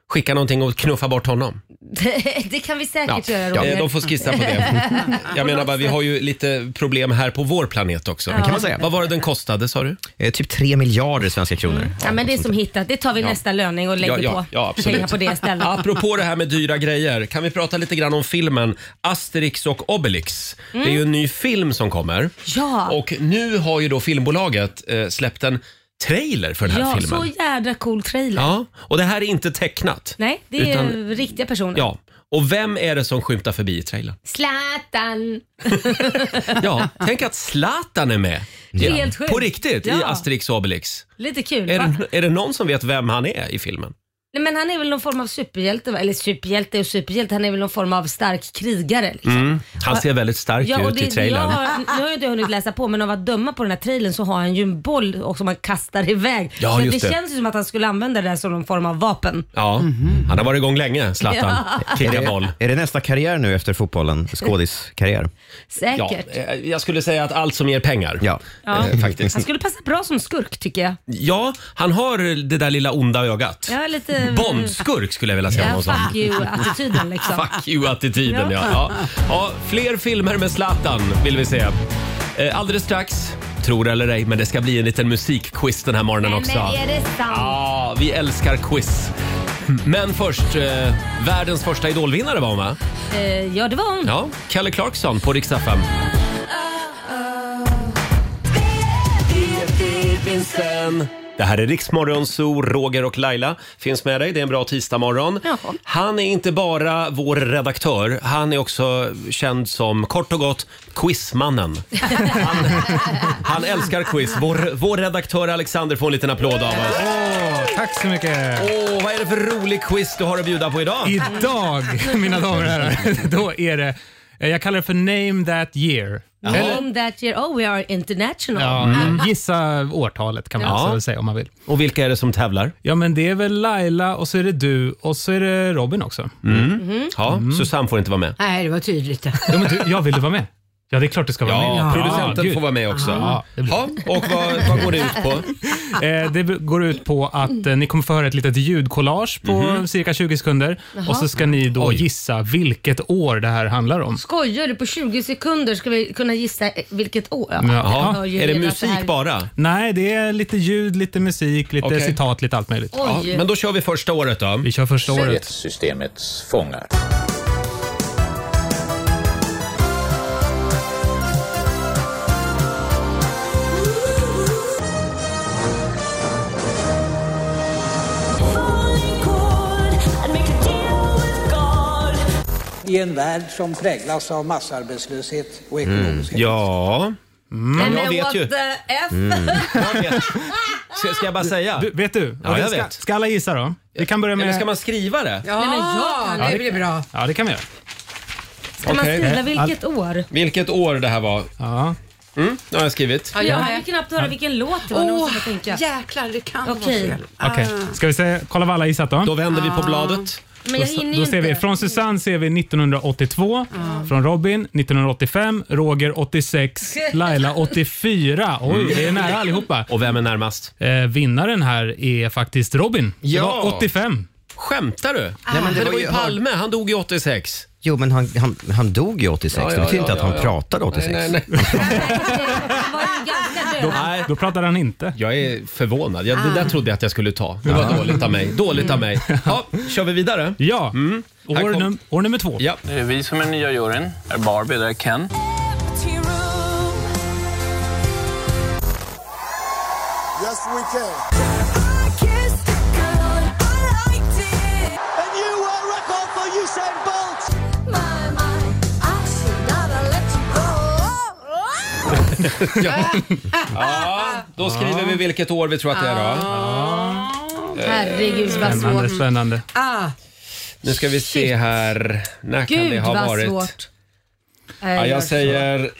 Skicka någonting och knuffa bort honom.
Det, det kan vi säkert göra Roger.
Eh, De får skissa på det. Jag menar bara, vi har ju lite problem här på vår planet också.
Ja. Det kan man säga.
Vad var det den kostade sa du?
typ 3 miljarder svenska kronor.
Mm. Ja, men det är som hittat. Det tar vi
Ja.
nästa löning och lägger
ja, ja,
på
ja, absolut.
pengar på det istället.
Apropå det här med dyra grejer, kan vi prata lite grann om filmen Asterix och Obelix?
Mm.
Det är ju en ny film som kommer.
Ja.
Och nu har ju då filmbolaget eh, släppt en trailer för den här
ja,
filmen.
så jädra cool trailer.
Ja, och det här är inte tecknat.
Nej, det är
Utan-
riktiga personer.
Ja, och vem är det som skymtar förbi i trailern?
Zlatan.
Ja, tänk att Zlatan är med.
Det är helt sjukt.
På riktigt, i
Ja.
Asterix och Obelix.
Lite kul
Är
va?
det, är det någon som vet vem han är i filmen?
Nej, men han är väl någon form av superhjälte, va? eller superhjälte och superhjälte, han är väl någon form av stark krigare. Liksom.
Mm. Han ser väldigt stark
Ja, och
ut i
det, jag
trailern.
har, nu har jag inte hunnit läsa på men av att döma på den här trailern så har han ju en boll och som han kastar iväg.
Ja,
så
just
det,
det.
känns ju som att han skulle använda det där som någon form av vapen. Mm.
Ja, Eh, han har varit igång länge, Zlatan.
Ja.
Kicka
Mhm. Är det-
boll.
Är det nästa karriär nu efter fotbollen? Skådiskarriär?
Säkert.
Ja, eh, jag skulle säga att allt som ger pengar.
Ja,
Ja. Eh,
faktiskt.
Han skulle passa bra som skurk tycker jag.
Ja, han har det där lilla onda ögat.
Jag är lite...
Bondskurk skulle jag vilja säga
Ja,
honom som.
fuck you-attityden liksom.
Fuck you-attityden, ja.
Ja.
Ja. ja. Fler filmer med Zlatan vill vi se. Eh, Alldeles strax Tror eller ej, men det ska bli en liten musikquiz den här morgonen
Nej,
också.
men är det sant?
Ja, vi älskar quiz. Men först, eh, världens första idolvinnare var hon va?
Eh, ja, det var hon.
Ja, Kalle Clarkson på riksdag Det här är Riksmorgon Zoo, Roger och Laila finns med dig. Det är en bra tisdagmorgon. Han är inte bara vår redaktör, han är också känd som, kort och gott, quizmannen. Han, han älskar quiz. Vår, vår redaktör Alexander får en liten applåd av oss.
Tack så mycket.
Åh, vad är det för rolig quiz du har att bjuda på idag?
Idag, mina damer och herrar, då är det, eh, jag kallar det för Name That Year. Eller-
Name that year. Oh, we are international.
Ja,
Mm.
Gissa årtalet kan man
Ja.
också säga om man vill.
Och vilka är det som tävlar?
Ja, men det är väl Laila och så är det du och så är det Robin också. Mm.
Mhm.
Mm. Ja, Susanne får inte vara med.
Nej, det var tydligt.
Ja, men du, jag ville vara med. Ja, det är klart du ska vara
Ja,
med.
producenten
gud.
får vara med också.
Ja, det blir bra.
och vad, vad går det ut på?
Eh, det b- går ut på att eh, ni kommer få höra ett litet ljudkollage på
Mhm.
cirka 20 sekunder
Jaha.
och så ska ni då gissa vilket år det här handlar om.
Skojar du? På 20 sekunder ska vi kunna gissa eh, vilket år? Ja, jag hör ju redan att här-
bara?
Nej, det är lite ljud, lite musik, lite
Okej.
citat, lite allt möjligt.
Oj. Ja, men
då kör vi första året då.
Vi kör första året.
Sovjetsystemets fångar.
I en värld som präglas av massarbetslöshet och
Mm.
ekonomisk
Ja.
Nej,
Mm. Jag
men
vet
what
ju.
the F?
Mm. Jag vet. Ska, ska jag bara säga?
Du, vet du?
Ja, jag
ska,
vet.
ska alla gissa då? Vi kan börja med...
Eller ska man skriva det?
Nej, men ja,
Ja,
det blir bra.
Ja, det kan vi göra.
Ska man skriva
Äh,
vilket år?
Vilket år det här var?
Ja.
Mm, det har jag skrivit.
Ja, jag vill knappt höra vilken låt det var. när hon skulle tänka.
jäklar, det kan
Okej.
vara fel. Ah.
Okej,
Ah.
ska vi se, kolla vad alla gissat då?
Då vänder
vi på Ah. bladet. Men jag
då,
hinner ju
då ser vi,
inte.
från Susanne ser vi 1982,
Ah.
från Robin 1985, Roger 86, Laila 84. Oj,
Mm.
det är nära allihopa.
Och vem är närmast?
Eh, vinnaren här är faktiskt Robin. Det
Ja.
var 85.
Skämtar du?
Ah.
Nej,
men det
men det
var
var ju
ju-
Palme, han dog ju 86.
Jo, men han, han, han dog ju 86.
Ja,
det
ja,
betyder
ja,
inte att
ja,
han
ja.
pratade 86.
Nej, nej, Då,
då pratade han inte.
Jag är förvånad. Jag,
Ah.
Det där trodde jag att jag skulle ta. Det var
Ja.
dåligt av mig. Dåligt av mig. Ja, kör vi vidare?
Ja.
Mm. Här
År,
kom-
num- år nummer två.
Ja.
Det är vi som är nya juryn. Är Barbie, där är Ken.
Yes, we can. I kissed a girl, I liked it. And you were record for Usain Bolt. My, my, I should not have let you go.
ja. ja, då skriver vi vilket år vi tror att det är då.
Ah.
Eh,
Herregud vad
Spännande,
svårt.
spännande.
Ah,
Nu ska vi se här. När kan
Gud
det ha
vad
varit?
svårt.
Ja,
gör
jag
så.
säger...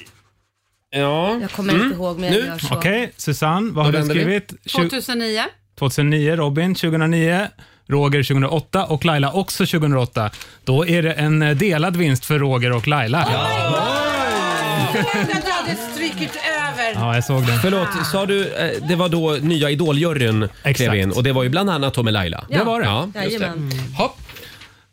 Ja. Mm.
Jag kommer inte ihåg, men jag gör så.
Okej, Susanne, vad har du
vänder vi.
skrivit? Tju-
2009.
2009, Robin 2009, Roger 2008 och Laila också 2008. Då är det en eh, delad vinst för Roger och Laila.
Jag hade strykit över.
Ja, jag såg den.
Förlåt, sa du eh, det var då nya idoljuryn klev in och det var ju bland annat då med Laila.
Det var det.
Ja, just det. Mm. Hopp.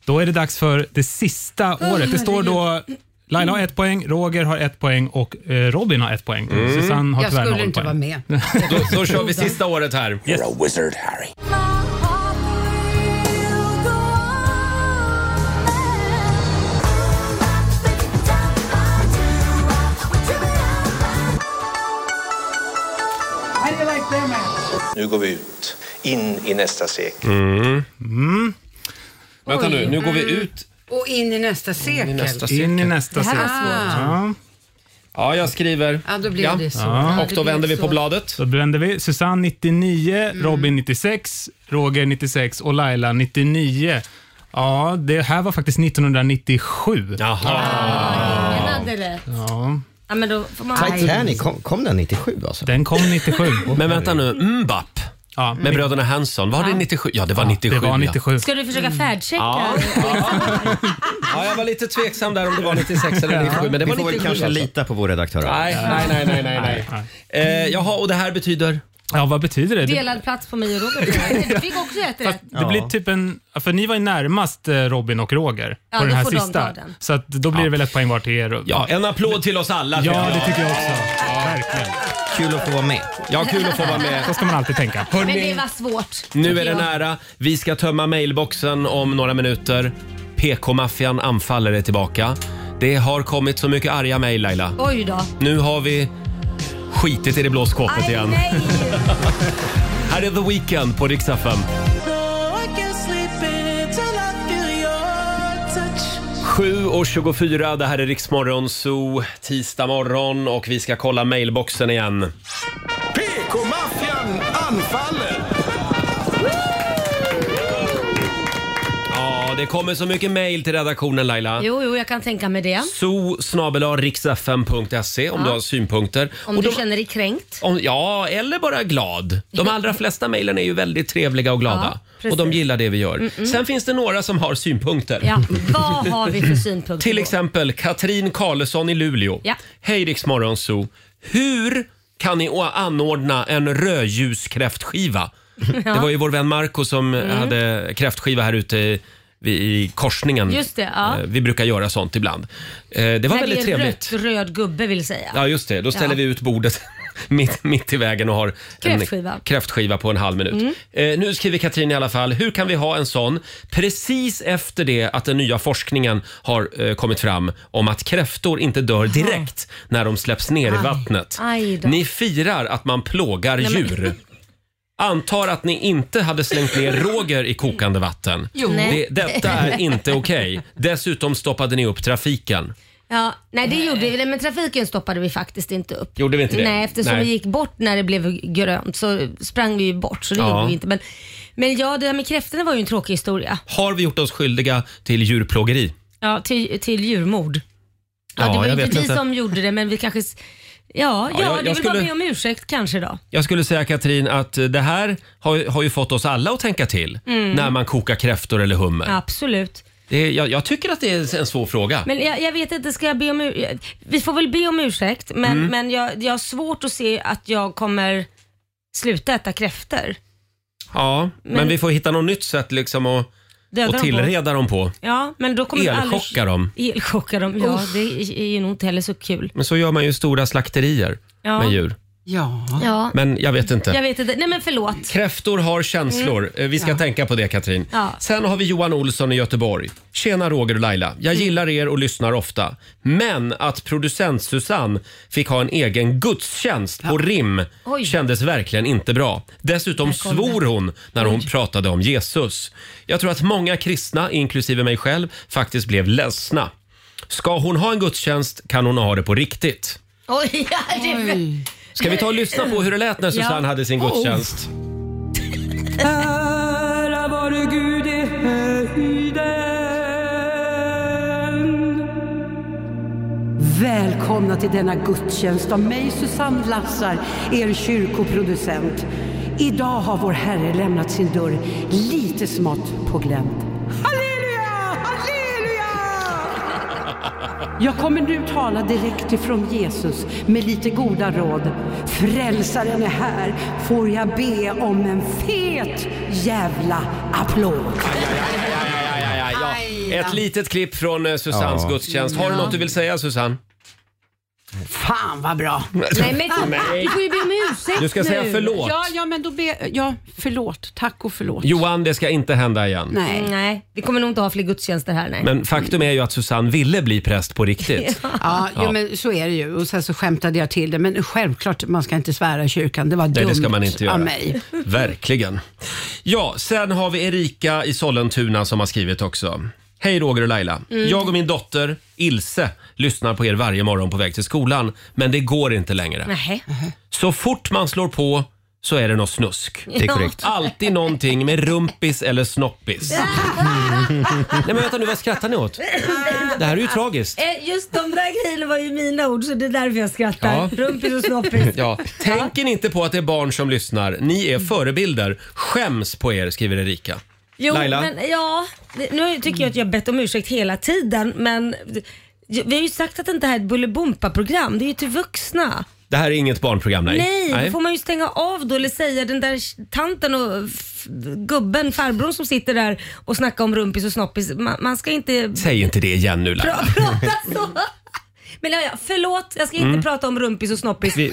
Då är det dags för det sista året. Det står då Laila har
Mm.
ett poäng, Roger har ett poäng och eh, Robin har ett poäng.
Mm.
Susanne har
Jag
tyvärr
skulle
noll
inte vara
poäng.
med.
Då, då kör vi sista året här.
Yes.
You're a wizard, Harry.
How do you like them apples?
Nu går vi ut, in i nästa sekel.
Mm. Vänta
Oj.
nu, nu går vi
Mm.
ut
Och in i nästa sekel.
In i nästa
Det här
sekel.
var svårt.
Ja.
Ja, jag skriver.
Ja, då blev det så.
Ja. Och då vänder vi på bladet.
Då vänder vi. Susanne 99, Robin 96, Roger 96 och Laila 99. Ja, det här var faktiskt 1997.
Jaha.
Ingen hade rätt.
Ja.
Ja, men då får man...
Titanic, kom, kom den 97 alltså?
Den kom 97.
Men vänta nu, Mbap
ja.
med bröderna Hanson. Var det 97? Ja, det var 97.
det var 97.
Ska du
Mm.
försöka färdchecka?
Ja. Ja, jag var lite tveksam där om det var 96 eller 97, men det
Vi
var
får
97
väl kanske
alltså.
lita på vår redaktör.
Nej, nej, nej, nej, nej. nej. Eh, jaha, och det här betyder?
Ja, vad betyder det? Det,
Delad plats på mig och Robert. Du fick också ett rätt.
det blir typ en... För ni var ju närmast eh, Robin och Roger
Ja,
på den
då
här
får de
sista.
ta den.
Så att då blir det väl ett poäng var till er.
Ja, en applåd till oss alla.
Ja, det tycker jag också.
Ja.
Verkligen.
Kul att få vara med.
Ja, kul att få vara med.
Så ska man alltid tänka.
Hörrni,
Men det var svårt.
Nu är det
Ja.
nära. Vi ska tömma mailboxen om några minuter. PK-maffian anfaller är tillbaka. Det har kommit så mycket arga mejl Laila.
Oj då.
Nu har vi skitit i det blå skåpet
Aj,
igen.
nej.
Här är The Weeknd på Rix FM.
No, I can't sleep until I feel your touch.
7 och 24, det här är Riksmorgon Zoo, tisdag morgon och vi ska kolla mailboxen igen.
PK-maffian anfaller!
Ja, det kommer så mycket mail till redaktionen Laila.
Jo, jo, jag kan tänka mig det.
zoo riksfm.se E om
Ja.
du har synpunkter.
Om
Och
du
de-
känner dig kränkt.
Om, ja, eller bara glad. De allra flesta mejlen är ju väldigt trevliga och glada.
Ja, precis.
och de gillar det vi gör.
Mm-mm.
Sen finns det några som har synpunkter.
Ja. Vad har vi för synpunkter?
Till
då?
exempel Katrin Karlsson i Luleå.
Ja.
Hej Rix Morgonzoo. Hur kan ni å- anordna en rödljuskräftskiva?
Ja.
Det var ju vår vän Marco som
Mm.
hade kräftskiva här ute i, vid- i korsningen.
Just det, ja.
Eh, Vi brukar göra sånt ibland. Eh, Det var
När
väldigt
det är
trevligt.
Rött, röd gubbe vill säga.
Ja, just det. Då ställer
Ja.
vi ut bordet mitt, mitt i vägen och har
Kräftskiva.
en kräftskiva på en halv minut.
Mm.
Eh, nu skriver Katrin i alla fall, hur kan vi ha en sån precis efter det att den nya forskningen har eh, kommit fram om att kräftor inte dör direkt när de släpps ner i
Aj.
vattnet?
Aj då.
Ni firar att man plågar
Nej, men-
djur. Antar att ni inte hade slängt ner Roger i kokande vatten.
Jo.
Det,
Nej.
detta är inte okej. Dessutom stoppade ni upp trafiken.
Ja, nej, det gjorde vi. Men trafiken stoppade vi faktiskt inte upp.
Gjorde vi inte det?
Nej, eftersom
Nej.
vi gick bort när det blev grönt så sprang vi ju bort. Så det
Ja.
gjorde vi inte. Men, men ja, det där med kräftorna var ju en tråkig historia.
Har vi gjort oss skyldiga till djurplågeri?
Ja, till, till djurmord. Ja,
Ja,
det var
jag
ju
vet
inte vi
inte.
som gjorde det, men vi kanske... s- Ja, ja,
jag- jag
det vill
skulle-
vara med om ursäkt kanske då.
Jag skulle säga Katrin att eh, det här har, ju- har ju fått oss alla att tänka till
Mm.
när man kokar kräftor eller hummer.
Absolut.
Det är, jag, jag tycker att det är en svår fråga.
Men jag, jag vet inte, ska jag be om ur... Vi får väl be om ursäkt, men,
Mm.
men jag, jag har svårt att se att jag kommer sluta äta kräftor.
ja, men,
men-
vi får hitta något nytt sätt liksom att,
Döda dem
att
på.
tillreda dem på.
Ja, men då kommer vi
Elchocka dem.
Elchocka dem, ja.
Uff.
Det är- är ju nog inte heller så kul.
Men så gör man ju stora slakterier
Ja.
med djur.
Ja.
Ja.
Men jag vet inte.
Jag vet inte. Nej men förlåt.
Kräftor har känslor.
Mm.
Eh, Vi ska
Ja.
tänka på det Katrin.
Ja.
Sen har vi Johan Olsson i Göteborg. Tjena Roger och Laila. Jag
Mm.
gillar er och lyssnar ofta. Men att producent Susanne fick ha en egen gudstjänst på rim
Oj.
kändes verkligen inte bra. Dessutom
Där kom
svor
det.
hon när hon pratade om Jesus. Jag tror att många kristna, inklusive mig själv, faktiskt blev ledsna. Ska hon ha en gudstjänst kan hon ha det på riktigt.
Oj, ja, det är...
Ska vi ta och lyssna på hur det lät när Susanne
Ja.
hade
Oh.
sin gudstjänst?
Ära vare Gud i höjden.
Välkomna till denna gudstjänst av mig Susanne Lassar, er kyrkoproducent. Idag har vår Herre lämnat sin dörr lite smått på glänt. Jag kommer nu tala direkt ifrån Jesus med lite goda råd. Frälsaren är här, får jag be om en fet jävla applåd.
Ja, ja. Ett litet klipp från eh, Susannes
Ja.
gudstjänst. Har du
Ja.
något du vill säga Susanne?
Fan vad bra!
Nej men
Nej.
du får ju be om ursäkt
Du ska säga
nu.
förlåt.
Ja, ja, men då be, ja, förlåt. Tack och förlåt.
Johan, det ska inte hända igen.
Nej.
Nej, vi kommer nog inte ha fler gudstjänster här nej.
Men faktum är ju att Susanne ville bli präst på riktigt.
Ja,
Ja.
Jo, men så är det ju. Och sen så skämtade jag till det. Men självklart, man ska inte svära i kyrkan. Det var
Nej,
dumt
det ska man inte göra.
av mig.
Verkligen. Ja, sen har vi Erika i Sollentuna som har skrivit också. Hej Roger och Laila.
Mm.
Jag och min dotter Ilse lyssnar på er varje morgon på väg till skolan, men det går inte längre.
Nej.
Så fort man slår på så är det något snusk.
Det är korrekt.
Alltid någonting med rumpis eller snoppis. Nej men vänta nu, vad skrattar ni åt? Det här är ju tragiskt.
Eh, Just de där grejerna var ju mina ord så det är därför jag skrattar.
Ja.
Rumpis och snoppis.
Ja. Tänker ni inte på att det är barn som lyssnar? Ni är förebilder. Skäms på er, skriver Erika.
Jo,
Laila?
men ja. det- Nu tycker jag att jag har bett om ursäkt hela tiden men vi har ju sagt att det inte här är ett Bullybumpa-program. Det är ju till vuxna.
Det här är inget barnprogram, nej.
Nej, då får man ju stänga av då eller säga den där tanten och f- gubben, farbrorn som sitter där och snackar om rumpis och snoppis. Man, man ska inte
Säg inte det igen nu, Laila.
pra- prata så. Men ja, ja, förlåt, jag ska inte
Mm.
prata om rumpis och snoppis. Eh,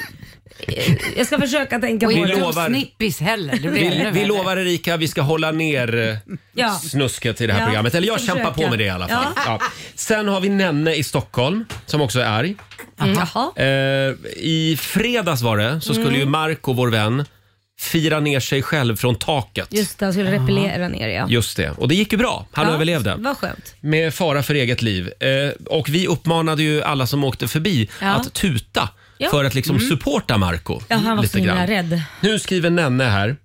Vi,
Jag ska försöka tänka
Vi
på det.
lovar.
Snippis heller. Det blir
Vi,
ännu
vi
värre.
lovar Erika, vi ska hålla ner eh,
Ja.
snusket i det här
Ja,
programmet. Eller jag
ska
kämpar
försöka.
på med det i alla fall.
Ja.
Ja. Sen har vi Nenne i Stockholm som också är arg.
Mm, jaha.
Eh, I fredags var det, så skulle
Mm.
ju Marco, vår vän, fira ner sig själv från taket.
Just det, han skulle repellera ner ja.
Just det. Och det gick ju bra. Han
ja,
överlevde.
Vad skönt.
Med fara för eget liv. Eh, och vi uppmanade ju alla som åkte förbi
Ja.
att tuta
Ja.
för att liksom
Mm.
supporta Marco
Ja, han var så
lite
himla
grann.
rädd.
Nu skriver Nenne här.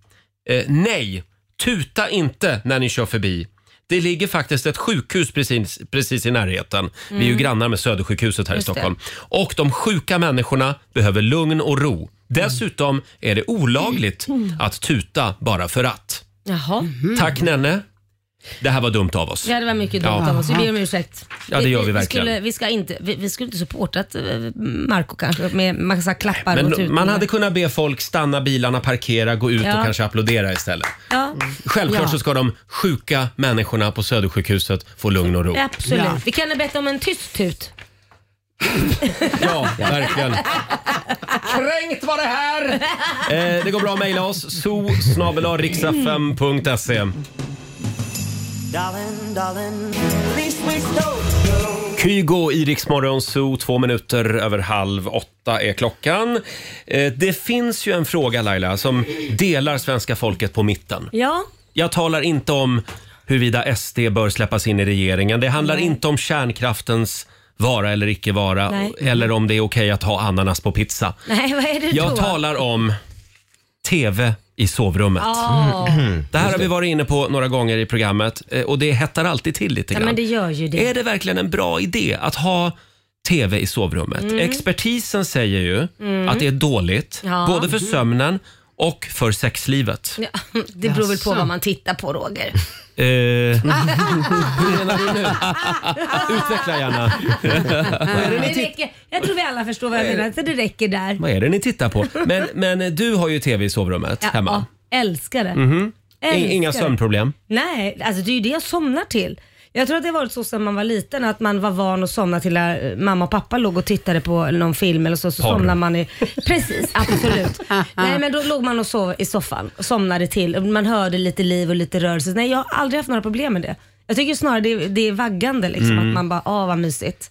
Eh, nej, tuta inte när ni kör förbi. Det ligger faktiskt ett sjukhus precis, precis i närheten. Vi är ju
Mm.
grannar med Södersjukhuset här
Just
i
det.
Stockholm. Och de sjuka människorna behöver lugn och ro. Dessutom är det olagligt
Mm.
att tuta bara för att.
Jaha.
Tack Nenne. Det här var dumt av oss.
Mm. Ja, det var mycket dumt
Ja.
av oss. Vi ber om ursäkt.
Ja, det gör vi verkligen.
Skulle, vi, ska inte, vi, vi skulle inte supportat eh, Marco kanske med massa klappar och
Men
tutningar.
man hade kunnat be folk stanna bilarna, parkera, gå ut
Ja.
och kanske applådera istället.
Ja.
Självklart
Ja.
så ska de sjuka människorna på Södersjukhuset få lugn och ro.
Absolut. Vi kan ha bett om en tyst tut.
Ja, verkligen. Kränkt var det här! Eh, det går bra att mejla oss. zoo.riksfm.se
Darling, darling, please, please don't go.
Kygo i Rix Morgon Zoo, två minuter över halv åtta är klockan. Eh, det finns ju en fråga Laila som delar svenska folket på mitten.
Ja.
Jag talar inte om huruvida SD bör släppas in i regeringen. Det handlar inte om kärnkraftens vara eller icke vara
Nej.
eller om det är okej att ha ananas på pizza.
Nej, vad är det då?
Jag talar om TV i sovrummet.
Ah. Mm.
Det här har vi varit inne på några gånger i programmet eh, och det hettar alltid till lite
Ja,
grann.
men det gör ju det.
Är det verkligen en bra idé att ha TV i sovrummet?
Mm.
Expertisen säger ju
Mm.
att det är dåligt,
Ja.
både för
Mm.
sömnen och för sexlivet.
Ja, det beror väl på
Jaså.
vad man tittar på Roger.
Eh, hur menar du nu? Utveckla gärna. vad, är det
det
ni titt-
räcker. Jag tror vi alla förstår vad jag menar, så det räcker där.
vad är det ni tittar på? Men, men du har ju TV i sovrummet
Ja,
hemma.
ja, älskar det.
Mhm.
Älskar
I- Inga
det.
sömnproblem.
Nej, alltså det är ju det jag somnar till. Jag tror att det har varit så sedan man var liten att man var van att somna till när eh, mamma och pappa låg och tittade på någon film eller så, så
Porr.
somnade man i... Precis, absolut. Nej men då låg man och sov i soffan och somnade till. Man hörde lite liv och lite rörelse. Nej jag har aldrig haft några problem med det. Jag tycker snarare det, är- det är vaggande liksom,
Mm.
att man bara, åh vad mysigt.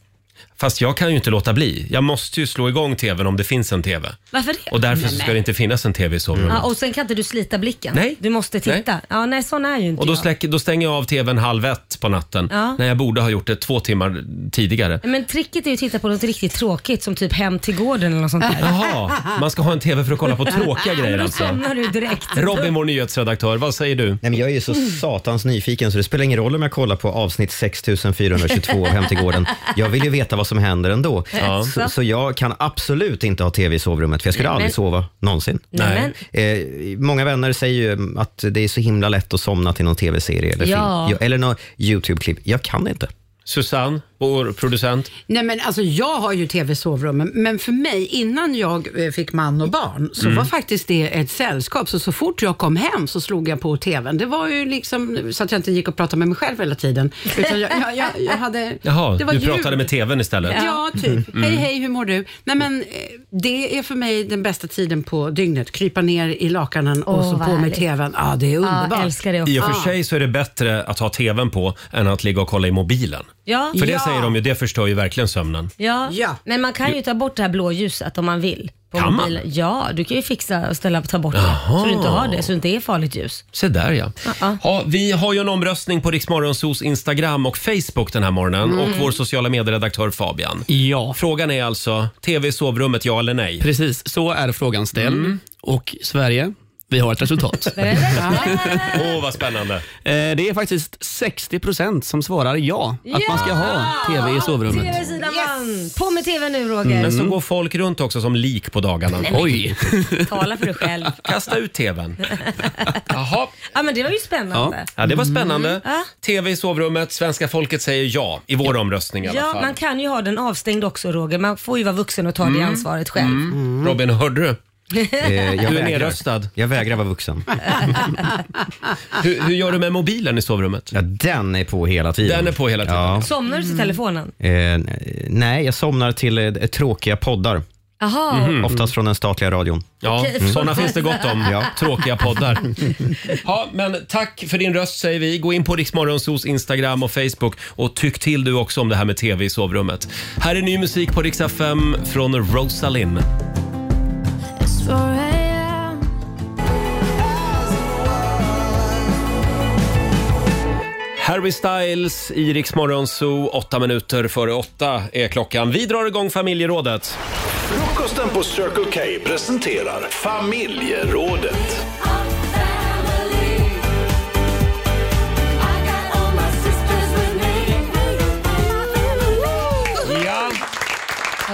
Fast jag kan ju inte låta bli. Jag måste ju slå igång TVn om det finns en TV.
Varför det?
Och därför så
Nej,
ska det inte finnas en TV i
Mm.
sovrummet.
Ja, och sen kan inte du slita blicken.
Nej.
Du måste titta. Ja, nej sån är ju inte
Och då,
jag.
släck, då stänger jag av TVn halv ett på natten
Ja.
när jag borde ha gjort det två timmar tidigare.
Men tricket är ju att titta på något riktigt tråkigt som typ Hem till gården eller något sånt där.
Jaha, man ska ha en TV för att kolla på tråkiga grejer
Då
alltså.
somnar du direkt.
Robin, vår nyhetsredaktör, vad säger du?
Nej, men jag är ju så
Mm.
satans nyfiken så det spelar ingen roll om jag kollar på avsnitt 6422 av Hem till gården. Jag vill ju veta vad som händer ändå.
Ja. Alltså.
Så, så jag kan absolut inte ha tv i sovrummet för jag skulle
Nej, men-
aldrig sova någonsin.
Nej.
Eh, många vänner säger ju att det är så himla lätt att somna till någon tv-serie eller
Ja.
film. Ja, Eller någon YouTube-klipp. Jag kan inte.
Susanne, vår producent.
Nej, men alltså, jag har ju tv i sovrummet, men för mig, innan jag eh, fick man och barn, så
Mm.
var faktiskt det ett sällskap. Så, så fort jag kom hem så slog jag på tvn. Det var ju liksom så att jag inte gick och pratade med mig själv hela tiden. Utan jag, jag, jag, jag hade,
Jaha,
det var
du
ljud.
pratade med TVn istället.
Ja, typ.
Mm.
Hej, hej, hur mår du? Nej, men, eh, det är för mig den bästa tiden på dygnet. Krypa ner i lakanen och
Åh,
så
vad
på med
härligt.
tvn. Ja, det är underbart.
Ja, älskar det också.
I och för
Ja.
sig så är det bättre att ha TVn på än att ligga och kolla i mobilen.
Ja.
För det
Ja.
säger de ju, det förstör ju verkligen sömnen.
Ja. men man kan ju ta bort det här blåljuset om man vill. På
Kan man?
mobilen. Ja, du kan ju fixa och ställa ta bort det.
Jaha.
Så du inte har det, så det inte är farligt ljus.
Se där ja.
Uh-uh.
Ja, vi har ju en omröstning på Riksmorgonsos Instagram och Facebook den här morgonen
Mm.
och vår sociala medieredaktör Fabian.
Ja.
Frågan är alltså, TV i sovrummet, ja eller nej? Mm.
Precis, så är frågan ställd. Och Sverige, vi har ett resultat.
Åh, vad spännande.
Eh, Det är faktiskt 60 procent som svarar ja, att man ska ha TV i sovrummet. Mm.
TV-sidan vann! På med TV nu Roger.
Mm, Men så går folk runt också som lik på dagarna.
Nej, men Oj. Tala för dig själv.
Kasta ut TVn.
Ja, men det var ju
Ja.
spännande.
ja, det var spännande.
Mm. Ja.
TV i sovrummet, svenska folket säger ja i vår omröstning i alla
Ja,
fall.
man kan ju ha den avstängd också Roger. Man får ju vara vuxen och ta det
Mm.
ansvaret själv.
Robin, hörde du?
Mm. Eh, jag
du är
vägrar.
nedröstad.
Jag vägrar vara vuxen.
hur, hur gör du med mobilen i sovrummet?
Ja, den är på hela tiden.
Den är på hela tiden.
Ja.
Somnar du till telefonen?
Eh, nej, jag somnar till eh, tråkiga poddar.
Jaha.
Oftast från den statliga radion.
Mhm. Ja,
Okej. såna finns det gott om.
Tråkiga poddar. Ja, men tack för din röst säger vi. Gå in på Riksmorgonsos Instagram och Facebook och tyck till du också om det här med TV i sovrummet. Här är ny musik på Rix FM från Rosalind. Harry Styles i Rix Morgonzoo, åtta minuter före åtta är klockan. Vi drar igång familjerådet.
Frukosten på Circle K presenterar Familjerådet.
Ja.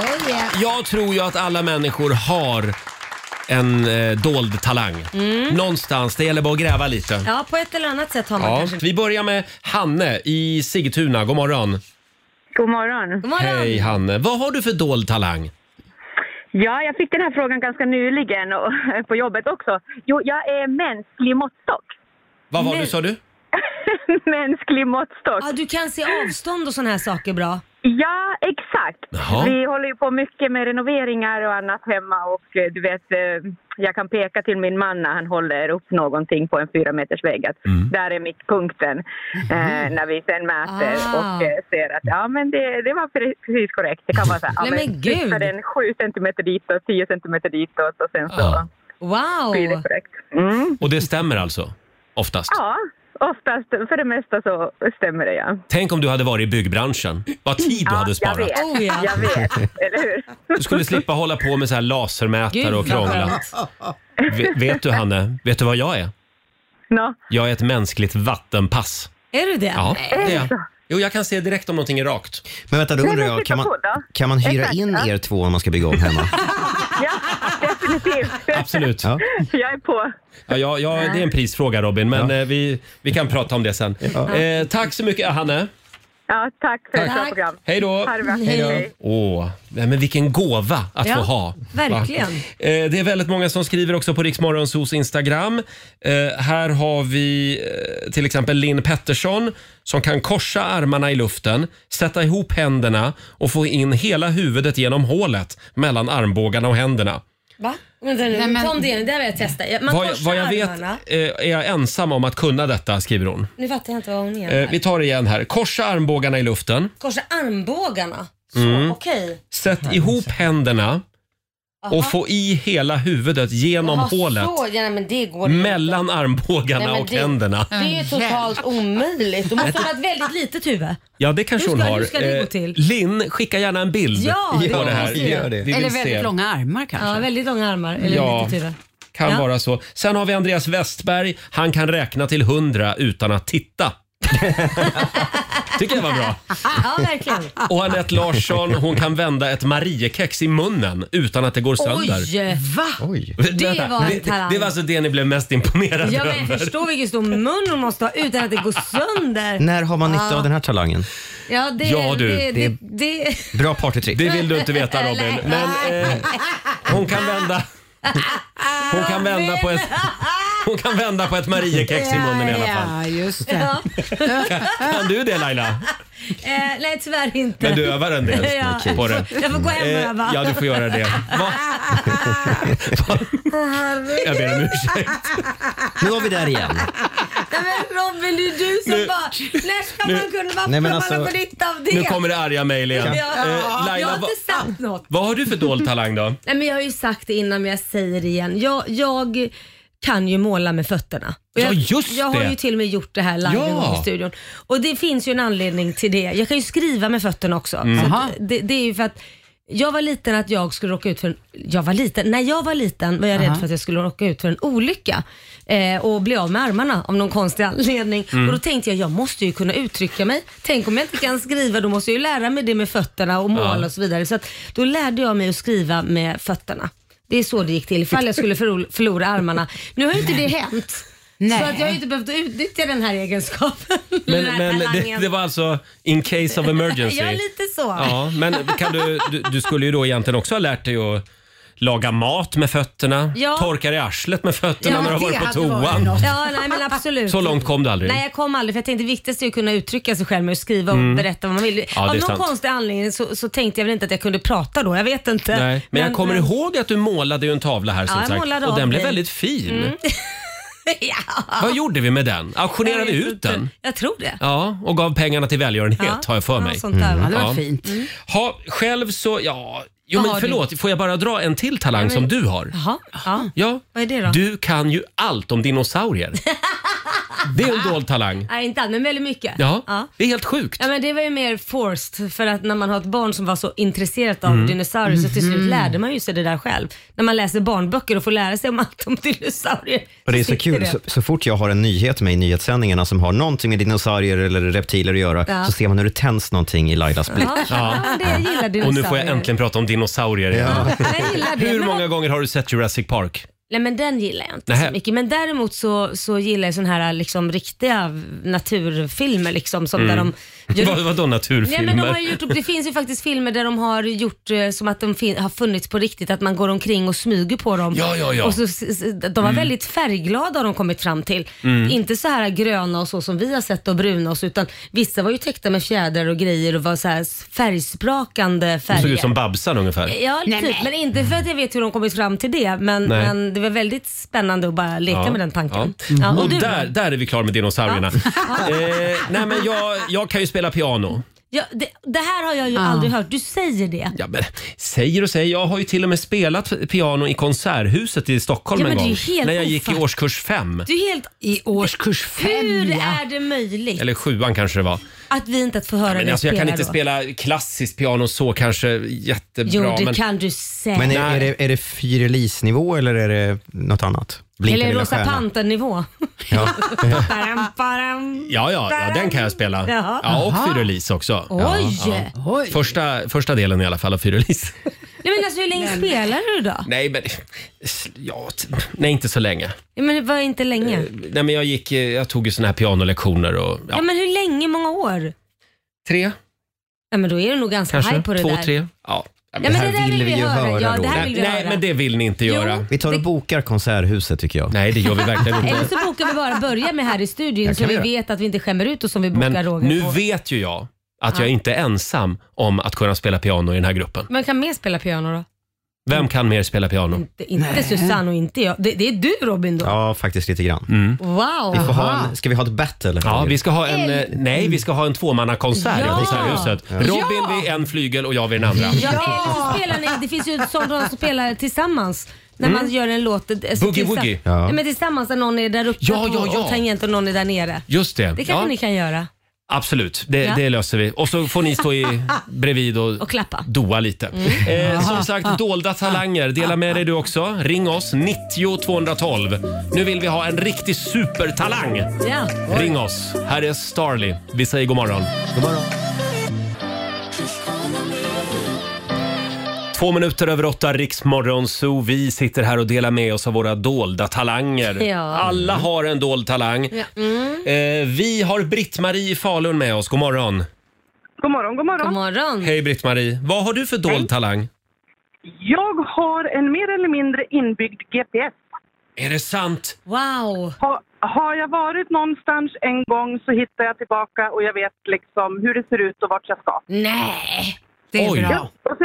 Oh,
Jag tror ju att alla människor har en eh, dold talang.
Mm.
Någonstans, det gäller bara att gräva lite.
Ja, på ett eller annat sätt har man
Ja.
kanske.
Vi börjar med Hanne i Sigtuna. God morgon.
God morgon. God
Hej Hanne. Vad har du för dold talang?
Ja, jag fick den här frågan ganska nyligen och, eh, på jobbet också. Jo, jag är mänsklig måttstock.
Vad var
Men-
du sa du?
mänsklig måttstock.
Ja, du kan se avstånd och sådana här saker bra.
Ja, exakt.
Jaha.
Vi håller ju på mycket med renoveringar och annat hemma och eh, du vet, eh, jag kan peka till min man när han håller upp någonting på en fyra meters vägg att där är mittpunkten eh, när vi sen mäter
Ah.
och eh, ser att ja men det, det var pre- precis korrekt. Det kan vara så här, ja,
Nej, men gud.
flytta den sju centimeter dit och tio centimeter ditåt och sen så
Ja.
Wow!
blir det korrekt. Mm.
Och det stämmer alltså? Oftast.
Ja, oftast för det mesta så stämmer det ja.
Tänk om du hade varit i byggbranschen. Vad tid du
Oh, ja,
hade
jag
sparat.
vet, jag vet, eller hur?
Du skulle slippa hålla på med så här lasermätare och
Gud, vad
krångla. Ve- Vet du Hanne, vet du vad jag är?
Nå,
Jag är ett mänskligt vattenpass.
Är du det?
Ja, det är jag. Jo, jag kan se direkt om någonting är rakt.
Men vänta, då undrar jag, kan man, kan man hyra in er två om man ska bygga om hemma?
Ja, definitivt.
Absolut. Ja.
Jag är på.
Ja, ja, det är en prisfråga Robin, men eh, vi, vi kan prata om det sen. Eh, tack så mycket Hanne.
Ja, tack för ett
Tack.
bra program.
Hej då.
Ha det bra. Hej.
Åh, nej, men vilken gåva att
Ja,
få ha.
verkligen.
Va? Eh, det är väldigt många som skriver också på Riksmorgonsos Instagram. Eh, här har vi eh, till exempel Linn Pettersson som kan korsa armarna i luften, sätta ihop händerna och få in hela huvudet genom hålet mellan armbågarna och händerna.
Va? Vänta nu,
Nej, men-
ta om det, det här vill jag testa. Jag- Man
Vad, jag-
korsar
vad jag vet
armarna.
eh, är jag ensam om att kunna detta, skriver hon.
Nu fattar jag inte vad hon menar.
Eh, vi tar det igen här. Korsa armbågarna i luften.
Korsa armbågarna. Så,
Mm.
okej.
Sätt ihop händerna
Aha.
och få i hela huvudet genom
Jaha,
hålet.
Så, ja, nej, men det går inte.
Mellan armbågarna
Nej, men
och
det,
händerna.
Det är ju totalt
Mm.
omöjligt. Du måste ha ett väldigt litet huvud.
Ja, det kanske
Hur
hon
ska-
har.
hur ska det gå
Eh,
till?
Linn, skicka gärna en bild
Ja, det
på det här.
måste vi göra.
Vi vill
Eller
se.
väldigt långa armar kanske.
Ja, väldigt långa armar. Eller
Ja.
litet huvud.
Kan
Ja.
vara så. Sen har vi Andreas Westberg. Han kan räkna till hundra utan att titta. Tycker jag var bra.
Ja, verkligen.
Och Anette Larsson, hon kan vända ett Mariekex i munnen utan att det går sönder.
Oj, va?
Vänta,
Det var en
det,
talang.
det var alltså det ni blev mest imponerade
Ja, men jag
över.
förstår vilken stor mun hon måste ha utan att det går sönder.
När har man nytta
Ja.
av den här talangen?
Ja, det,
Ja, du.
Det,
Det
det,
är-
det,
Bra partytrick.
Det vill du inte veta Robin.
Nej.
Men eh, hon kan vända... Hon kan vända på ett... Hon kan vända på ett Mariekex i munnen i alla fall.
Ja, just det.
Ja.
Kan, kan du det Laila?
Eh, nej, tyvärr inte.
Men du övar en del
Ja.
på det.
Jag får gå hem och
Eh,
öva.
Ja, du får göra det. Va? Jag ber om ursäkt.
Nu var vi där igen.
Nej men Robin, det är du som
Nu-
bara... När ska
nu-
man kunna... Varför
Nej, men
har
alltså-
man någon nytta av det?
Nu kommer det arga mejl igen.
Ja.
Eh,
jag har
Laila, va,
inte sagt något.
vad har du för dold talang då?
Nej, men jag har ju sagt det innan men jag säger det igen. Jag, jag kan ju måla med fötterna. Och
Ja,
jag,
just
Jag har
det.
ju till och med gjort det här live
Ja.
en gång i studion. Och det finns ju en anledning till det. Jag kan ju skriva med fötterna också.
Mm.
Så
Jaha.
att det, det är ju för att jag var liten att jag skulle råka ut för en... Jag var liten? När jag var liten var jag rädd
Aha.
för att jag skulle råka ut för en olycka eh, och bli av med armarna av någon konstig anledning.
Mm.
Och då tänkte jag, jag måste ju kunna uttrycka mig. Tänk om jag inte kan skriva, då måste jag ju lära mig det med fötterna och måla
Ja.
och så vidare. Så att då lärde jag mig att skriva med fötterna. Det är så det gick till, ifall jag skulle förlo- förlora armarna. Nu har ju inte det hänt. Så att jag har ju inte behövt utnyttja den här egenskapen.
Men,
den här
men det,
talangen.
det var alltså in case of emergency.
Ja, lite så.
Ja, men kan du, du, du skulle ju då egentligen också ha lärt dig att laga mat med fötterna,
Ja.
torkar i arslet med fötterna
Ja,
när du har
det
varit på
hade varit
toan.
något. Ja, nej men absolut.
Så långt kom du aldrig.
Nej, jag kom aldrig för jag tänkte viktigast är ju att kunna uttrycka sig själv med att skriva och
Mm.
berätta vad man vill.
Ja,
Av
det
någon
är sant.
konstig anledning så, så tänkte jag väl inte att jag kunde prata då, jag vet inte. eh,
Nej, men jag kommer ihåg att du målade ju en tavla här som
Ja, jag målade
sagt och
av
den blev
dig.
väldigt fin.
Mm. ja,
Vad gjorde vi med den? Auktionerade
Jag
vi
vet
ut
inte.
den?
Jag tror det.
Ja, och gav pengarna till välgörenhet
Ja,
har jag för
ja,
mig. Mm.
sånt där, va? Ja, det var
fint.
Mm.
Ha, själv så, ja, jo,
Vad
men
har du?
förlåt, får jag bara dra en till talang
Nej,
som
men-
du har?
Jaha, ja.
Ja,
Vad är det då?
du kan ju allt om dinosaurier. Det är en dold talang.
Nej, inte alls, men väldigt mycket.
Ja, det är helt sjukt.
Ja, men det var ju mer forced för att när man har ett barn som var så intresserat av
Mm.
dinosaurier så till slut
Mhm.
lärde man ju sig det där själv. När man läser barnböcker och får lära sig om allt om dinosaurier.
Och det är så
sitter
kul,
det.
så, så fort jag har en nyhet med i nyhetssändningarna som har någonting med dinosaurier eller reptiler att göra,
Ja.
så ser man hur det tänds någonting i Lailas blick.
Ja, ja. men det jag gillar dinosaurier.
Och nu får jag äntligen prata om dinosaurier igen.
Jag gillar det.
Hur
Men-
många gånger har du sett Jurassic Park?
Nej men den gillar jag inte
Nähä.
så mycket. Men däremot så, så gillar jag sådana här liksom, riktiga naturfilmer liksom, som där
Mm.
de gör
Vad, vadå naturfilmer?
Nej, men de har ju gjort upp, det finns ju faktiskt filmer där de har gjort eh, som att de fin- har funnits på riktigt, att man går omkring och smyger på dem.
Ja, ja, ja.
Och så, s- s- de var
Mm.
väldigt färgglada har de kommit fram till.
Mm.
Inte så här gröna och så som vi har sett och bruna och så, utan vissa var ju täckta med fjädrar och grejer och var så här färgsprakande
De
färger.
såg ut som Babsan ungefär.
Ja, typ. Men inte för att jag vet hur de kommit fram till det, men,
Nej.
men det var väldigt spännande att bara leka
Ja,
med den tanken.
ja. Mm.
Ja,
och
du då?
där, där är vi klara med dinosaurierna. eh, nej, men jag, jag kan ju spela piano.
Ja, det, det här har jag ju aldrig hört. Du säger det.
Ja, men, säger och säger, jag har ju till och med spelat piano i Konserthuset i Stockholm
Ja, men
en
det är
gång.
ju helt
när jag gick i
ofatt-
årskurs fem.
Du är helt... I årskurs fem, Hur är det möjligt
Eller sjuan kanske det var.
att vi inte att få höra
Men
dig
alltså, jag kan
spela
inte
då?
spela klassiskt piano så kanske jättebra.
Jo, det
men...
kan du säkert.
Men är, är, det, är det Fyrelis-nivå eller är det något annat? Blinka
Eller
lilla
Rosa
stjärna.
Pantern-nivå.
Ja.
Baram, baram.
Ja, ja, ja, den kan jag spela.
Jaha.
Ja, och
Aha.
Fyrelis också.
Oj.
Ja, ja.
Oj.
Första, första delen i alla fall av Fyrelis.
Nej, men alltså, hur länge spelar du då?
Nej, men... Ja, t- nej, inte så länge.
Ja, men det var inte länge.
Nej, men jag, gick, eh, jag tog ju såna här pianolektioner och
Ja.
ja,
men hur länge? Många år?
Tre.
Ja, men då är du nog ganska
kanske
high på det
två,
där.
tre. Ja.
Ja, men det där vill vi höra. Ja, det här
Roger.
vill vi
Nej,
höra.
men det vill ni inte göra.
Vi tar och bokar Konserthuset tycker jag.
Nej, det gör vi verkligen
Eller så bokar vi bara börja med här i studion
Jag
så
kan
vi
göra.
vet att vi inte skämmer ut och som vi bokar
Men
Roger
nu
på.
vet ju jag att
Ja.
jag inte är ensam om att kunna spela piano i den här gruppen.
Men kan mer spela piano då?
Vem kan mer spela piano?
Det är Mm. inte Susanne och inte jag. Det, det är du Robin då?
Ja, faktiskt lite grann.
Mm.
Wow!
Vi får ha en, ska vi ha ett battle?
Ja, vi ska ha en, eh, nej, vi ska ha en tvåmannakonsert
Ja.
i Konserthuset.
Ja.
Robin vid en flygel och jag vid den andra.
Ja, eller så spelar ni, det finns ju sånt de spelar tillsammans. När
Mm.
man gör en låt. Alltså,
Boogie
tillsa-
woogie. Ja.
Nej, men tillsammans när någon är där uppe
Ja,
på-
ja, ja.
och tangenten och någon är där nere.
Just det.
Det kanske
Ja,
ni kan göra.
Absolut, det,
Ja.
det löser vi. Och så får ni stå i, bredvid och,
Och klappa.
doa lite.
Mm.
Eh, som
Aha. Ah.
sagt, dolda talanger. Dela med dig du också. Ring oss, 90 212. Nu vill vi ha en riktig supertalang.
Ja.
Ring oss. Här är Starly. Vi säger god morgon. God morgon. Två minuter över åtta, Riksmorgon Zoo. Vi sitter här och delar med oss av våra dolda talanger.
Ja.
Alla har en dold talang.
Ja. Mm.
Eh, vi har Britt-Marie i Falun med oss. God morgon.
God morgon, god morgon.
God morgon.
Hej Britt-Marie. Vad har du för dold talang?
Jag har en mer eller mindre inbyggd GPS.
Är det sant?
Wow!
Ha, har jag varit någonstans en gång så hittar jag tillbaka och jag vet liksom hur det ser ut och vart jag ska.
Nej!
det är Oj. bra.
och, så,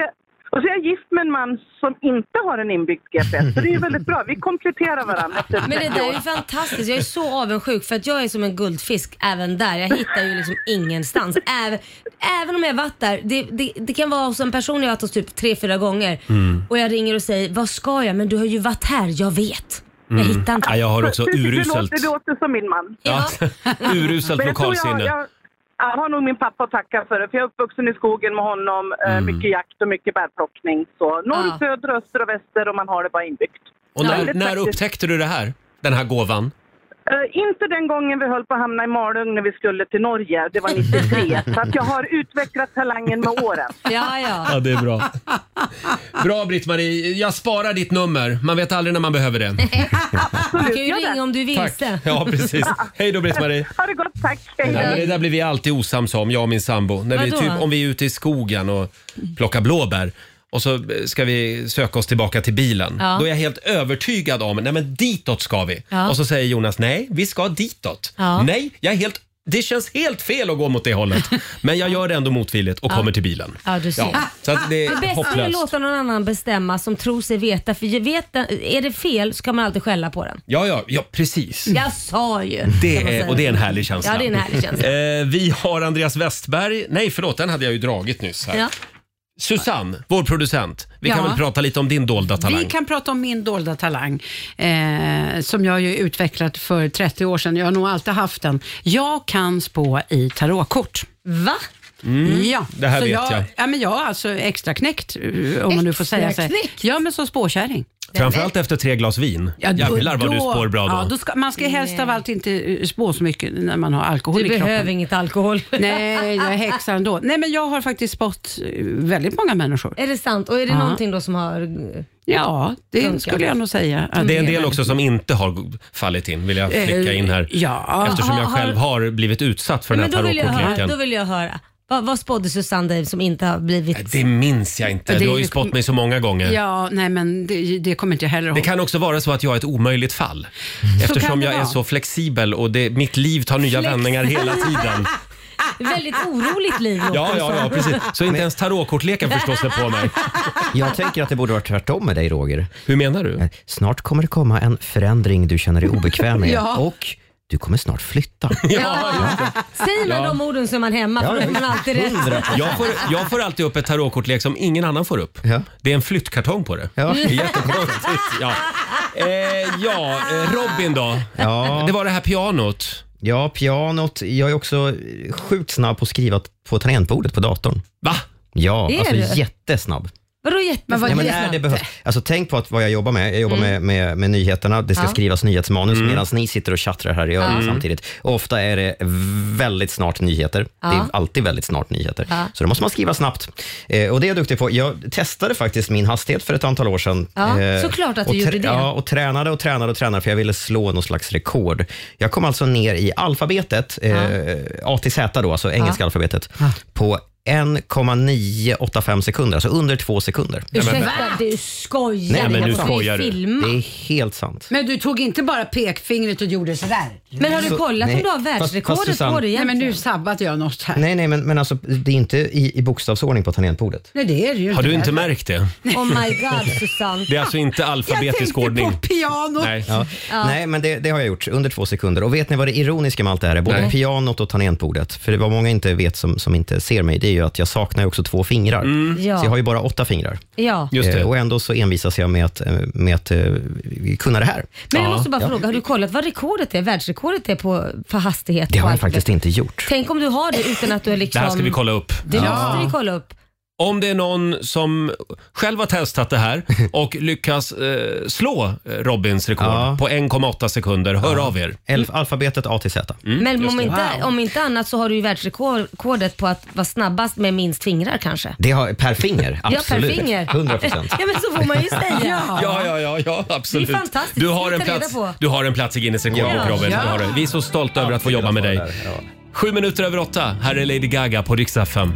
och så är jag gift med en man som inte har en inbyggd GPS. Så det är ju väldigt bra. Vi kompletterar varandra. efter
Men det
30
där
år.
är ju fantastiskt. Jag är så avundsjuk för att jag är som en guldfisk även där. Jag hittar ju liksom ingenstans. Även, även om jag varit där. Det, det, det kan vara hos en person jag har varit hos typ tre, fyra gånger
Mm.
och jag ringer och säger vad ska jag? Men du har ju varit här, jag vet. Jag
Mm.
hittar inte.
Ja, jag har också
Precis,
uruselt.
Det låter, det låter som min man.
Ja. Uruselt
Men jag tror
lokalsinne.
Jag, jag, jag har nog min pappa att tacka för det, för jag är uppvuxen i skogen med honom. eh,
Mm.
Mycket jakt och mycket bärplockning. Så norr, söder, öster och väster och man har det bara inbyggt.
Och när,
Väldigt
när
praktiskt.
upptäckte du det här? Den här gåvan?
Eh, inte den gången vi höll på att hamna i Malung när vi skulle till Norge. Det var 93. så att jag har utvecklat talangen med åren.
Ja,
Ja, det är bra. Bra Britt-Marie, jag sparar ditt nummer. Man vet aldrig när man behöver det.
Du kan ju ringa om du är
Tack.
vilse.
Ja, precis. Hej då Britt-Marie.
Ha det gott, tack.
Nej, men det där blir vi alltid osams om, jag och min sambo. När vi,
Vadå?
typ, om vi är ute i skogen och plockar blåbär. och så eh, ska vi söka oss tillbaka till bilen.
Ja.
Då är jag helt övertygad om, nej men ditåt ska vi.
Ja.
Och så säger Jonas, nej vi ska ditåt.
Ja.
Nej, jag är helt, det känns helt fel att gå mot det hållet. Men jag gör det ändå motvilligt och
Ja.
kommer till bilen.
Ja, du ser.
Så att det
Det
är
bästa är att
hopplöst.
låta någon annan bestämma som tror sig veta. För ju vet den, är det fel så kan man alltid skälla på den.
Ja, ja, ja precis.
Jag sa ju. kan man
Mm. Det
säga.
är, och det är en härlig känsla.
Ja, det är en härlig känsla.
Eh, vi har Andreas Westberg. Nej, förlåt, den hade jag ju dragit nyss här.
Ja.
Susanne, vår producent. Vi kan
Ja.
väl prata lite om din dolda talang?
Vi kan prata om min dolda talang, eh, som jag ju utvecklat för 30 år sedan. Jag har nog alltid haft den. Jag kan spå i tarotkort.
Va?
Mm,
Ja,
det här
så
vet jag.
Ja, men jag har alltså extra knäckt eh, om man nu får säga så.
Extraknäckt?
Ja, men som spåkärring.
Framförallt efter tre glas vin.
Ja, då-
Jävlar vad du
då-
spår bra då.
Ja, då ska, man ska helst av allt inte eh, spå så mycket när man har alkohol
Du
i kroppen.
behöver inget alkohol.
Nej, jag är häxa ändå. Nej, men jag har faktiskt spått eh, väldigt många människor.
Är det sant? Och är det
Ja.
någonting då som har... eh,
Ja, det
Funkar.
skulle jag nog säga. att
Det är en
väldigt-
del också som inte har g- fallit in, vill jag flika in här.
Eh, ja.
Eftersom jag
Har-
själv har blivit utsatt för den
Men
här
då vill jag höra. Då
tarotkortleken.
vill jag höra. Vad, vad spådde Susanne Dave som inte har blivit...
Det minns jag inte.
Det
Du
är
har ju
ju-
spått mig så många gånger.
Ja, nej men det, det kommer inte jag heller ihåg.
Det kan också vara så att jag är ett omöjligt fall.
kan
Eftersom
det
jag är
vara.
så flexibel och det, mitt liv tar nya
Flex-
vändningar hela tiden.
Väldigt oroligt liv
Ja,
låter det
ja,
som.
ja, precis. Så inte ens tarotkortleken förstår sig på mig.
Jag tänker att det borde vara tvärtom med dig, Roger. Eh,
Hur menar du?
Snart kommer det komma en förändring du känner dig obekväm med
Ja.
och du kommer snart flytta.
Säger man
Ja.
de orden så är man hemma, för då är man alltid rätt.
Jag får, jag får alltid upp ett tarotkortlek som ingen annan får upp. Det är en flyttkartong på det.
Ja.
Det är jättekonstigt. Ja. Eh, ja, eh, Robin då?
Ja.
Det var det här pianot.
Ja, pianot. Jag är också sjukt snabb på att skriva på tangentbordet på datorn.
Va?
Ja,
Är
alltså
du?
jättesnabb.
Vadå jättesnabbt?
Men Nej, men när det behövs. Alltså, tänk på att vad jag jobbar med. Jag jobbar
Mm.
med, med, med nyheterna. Det ska
Ja.
skrivas nyhetsmanus
Mm.
medan ni sitter och tjattrar här i öronen
Ja.
samtidigt. Och ofta är det väldigt snart nyheter.
Ja.
Det är alltid väldigt snart nyheter.
Ja.
Så då måste man skriva snabbt. Eh, och det är jag duktig på. Jag testade faktiskt min hastighet för ett antal år sedan.
Ja,
Eh,
såklart att du
och
gjorde
trä-
det.
Ja, och tränade och tränade och tränade för jag ville slå någon slags rekord. Jag kom alltså ner i alfabetet, eh, A till Z då, alltså engelska
Ja.
alfabetet, på 1,985 sekunder, alltså under två sekunder.
Ursäkta,
du skojar.
Nej, men nu
måste vi
skojar du.
filma.
Det är helt sant.
Men du tog inte bara pekfingret och gjorde sådär?
Men har du Så- kollat om nej. du har Fast- världsrekordet fast Susanne- på det
Nej,
egentligen?
men nu sabbade jag något här.
Nej, nej, men, men alltså, det är inte i, i bokstavsordning på tangentbordet.
Nej, det är det ju
Har du
där.
inte
Märk det.
Oh my god Susanne.
Det är alltså inte
Jag
alfabetisk
tänkte
ordning.
på pianot.
Nej.
Ja.
Ja.
Nej, men det, det har jag gjort under två sekunder. Och vet ni vad det ironiska med allt det här är? Både
Nej.
pianot och tangentbordet. För det vad många inte vet som, som inte ser mig, det är ju att jag saknar ju också två fingrar.
Ja.
Så jag har ju bara åtta fingrar.
Ja.
Eh, Och ändå så envisas jag med att, eh, med att eh, kunna det här.
Men jag måste bara
Ja.
fråga, har du kollat vad rekordet är? Världsrekordet är på, för hastighet?
Det
på
har jag
alfabetet?
faktiskt inte gjort.
Tänk om du har det utan att du är
Det
liksom...
här ska vi kolla upp.
Det måste vi kolla upp.
Om det är någon som själv har testat det här och lyckas eh, slå eh, Robins rekord på 1,8 sekunder, hör av er.
Elf, alfabetet A till Z.
Mm,
Mm.
Men om inte, om inte annat så har du ju världsrekordet på att vara snabbast med minst fingrar kanske.
Det har, per finger,
Ja, per
absolut.
finger.
100 procent.
Ja men så får man ju säga.
Ja, ja, ja, ja absolut.
Det är fantastiskt.
Du har,
Det
en
ska vi ta
plats,
reda på.
du har en plats i Guinness rekordbok
Ja.
Robin.
Ja.
Du har det. Vi är så stolta över att få jobba med dig. Sju minuter över åtta. Här är Lady Gaga på riksdag 5.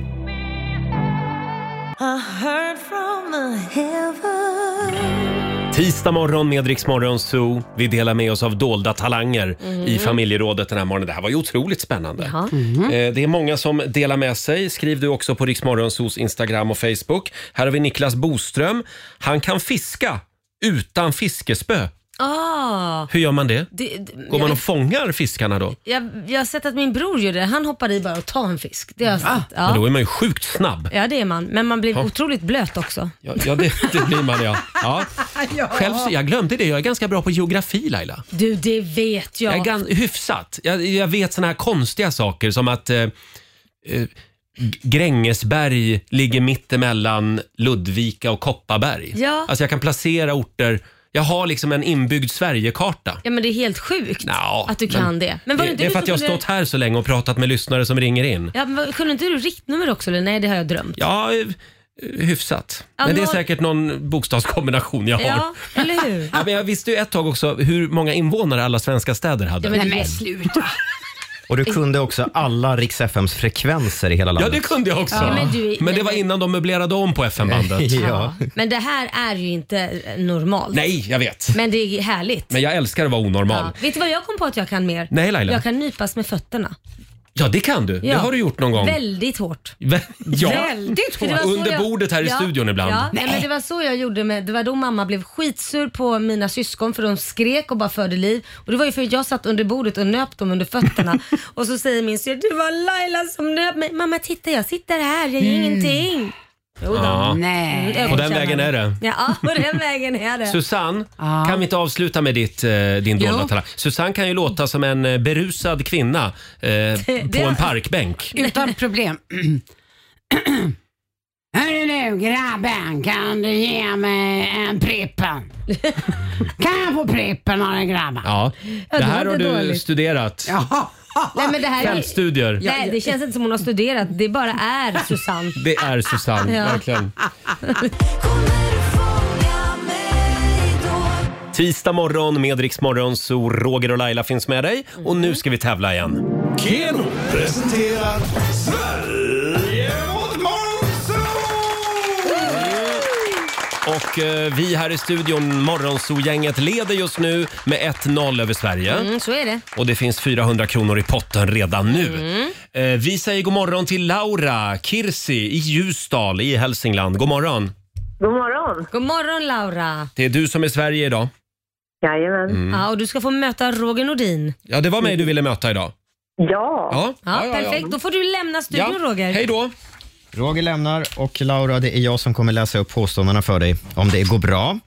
I heard from the heaven.
Tisdag morgon med Rix Morgon Zoo. Vi delar med oss av dolda talanger
Mm.
Mhm.
i familjerådet den här morgonen. Det här var ju otroligt spännande.
Ja.
Mm.
Eh, Det är många som delar med sig. Skriv du också på Rix Morgon Zoos Instagram och Facebook. Här har vi Niklas Boström. Han kan fiska utan fiskespö.
Ah.
Hur gör man det?
Det, det,
Går man
jag,
och fångar fiskarna då?
jag, jag har sett att min bror gjorde det. Han hoppade i bara och tog en fisk. Det har jag sett.
Ah. Men då
Ja.
är man ju sjukt snabb.
ja det är man. Men man blir
Ja.
otroligt blöt också.
Ja, ja det, det blir man ja. ja.
Ja.
Själv så, jag glömde det, jag är ganska bra på geografi Laila.
Du det vet jag.
Jag är gan, hyfsat. Jag, jag vet såna här konstiga saker som att eh, eh, G- Grängesberg ligger mittemellan Ludvika och Kopparberg.
Ja.
Alltså jag kan placera orter, jag har liksom en inbyggd Sverigekarta.
Ja men det är helt sjukt
Nå,
att du
men-
kan det. Men var
det,
inte
det är
du
för att
som
jag har
kunde-
stått här så länge och pratat med lyssnare som ringer in.
Ja, men kunde inte du riktnummer också eller? Nej det har jag drömt.
Ja, eh, hyfsat.
Ja,
Men det är
noll-
säkert någon bokstavskombination jag har.
Ja, eller hur?
Ja, men jag visste ju ett tag också hur många invånare alla svenska städer hade.
Nej, men sluta.
Och du kunde också alla Rix FMs frekvenser i hela
Ja,
landet.
det kunde jag också.
Ja, men du- Men det var
innan de möblerade om på FM-bandet.
ja.
Men det här är ju inte eh, normalt.
Nej, jag vet.
Men det är härligt.
Men jag älskar att vara onormal.
Ja. Vet du vad jag kom på att jag kan mer?
Nej, Laila.
Jag kan nypas med fötterna.
Ja, det kan du. Det
Ja.
har du gjort någon gång.
Väldigt hårt.
Vä- ja.
För det var så
Under
jag-
bordet här i
Ja.
studion ibland.
Ja, nej. men det var så jag gjorde med, det var då mamma blev skitsur på mina syskon för de skrek och bara förde liv. Och det var ju för att jag satt under bordet och nöp dem under fötterna. och så säger min syster, det var Laila som nöp mig. Mamma titta jag sitter här, jag gör ingenting. Jo då.
Mm. Ja.
Mm,
På den vägen är det.
Ja, på den vägen är det.
Susanne, kan vi inte avsluta med ditt, eh, din
Jo.
dolda talang? Susanne kan ju låta som en eh, berusad kvinna eh, på en parkbänk.
Utan problem. Hörru du grabben, kan du ge mig en Prippen? kan jag få Prippen av den grabben?
Ja.
Ja,
Det
det
här
var
har
inte
du
dåligt.
studerat.
Ja.
Nej, men det här är,
Fältstudier.
nej, det känns inte som hon har studerat, det bara är Susanne.
Det är Susanne,
Ja.
verkligen. Tisdag morgon med Rix Morgon, så Roger och Laila finns med dig. Och nu ska vi tävla igen.
Keno presenterar Sverige mot
Och eh, vi här i studion, Morgonzoo-gänget, leder just nu med 1-0 över Sverige.
Mm, så är det.
Och det finns 400 kronor i potten redan nu.
Mm.
Eh, vi säger god morgon till Laura Kirsi i Ljusdal i Hälsingland. God morgon!
God morgon. God morgon Laura.
Det är du som är Sverige idag.
Jajamän.
Mm.
Ja, och du ska få möta Roger Nordin.
Ja, det var mig du ville möta idag.
Ja.
Ja.
Ja, perfekt. Då får du lämna studion Roger.
Hej då.
Roger lämnar och Laura, det är jag som kommer läsa upp påståendena för dig om det går bra.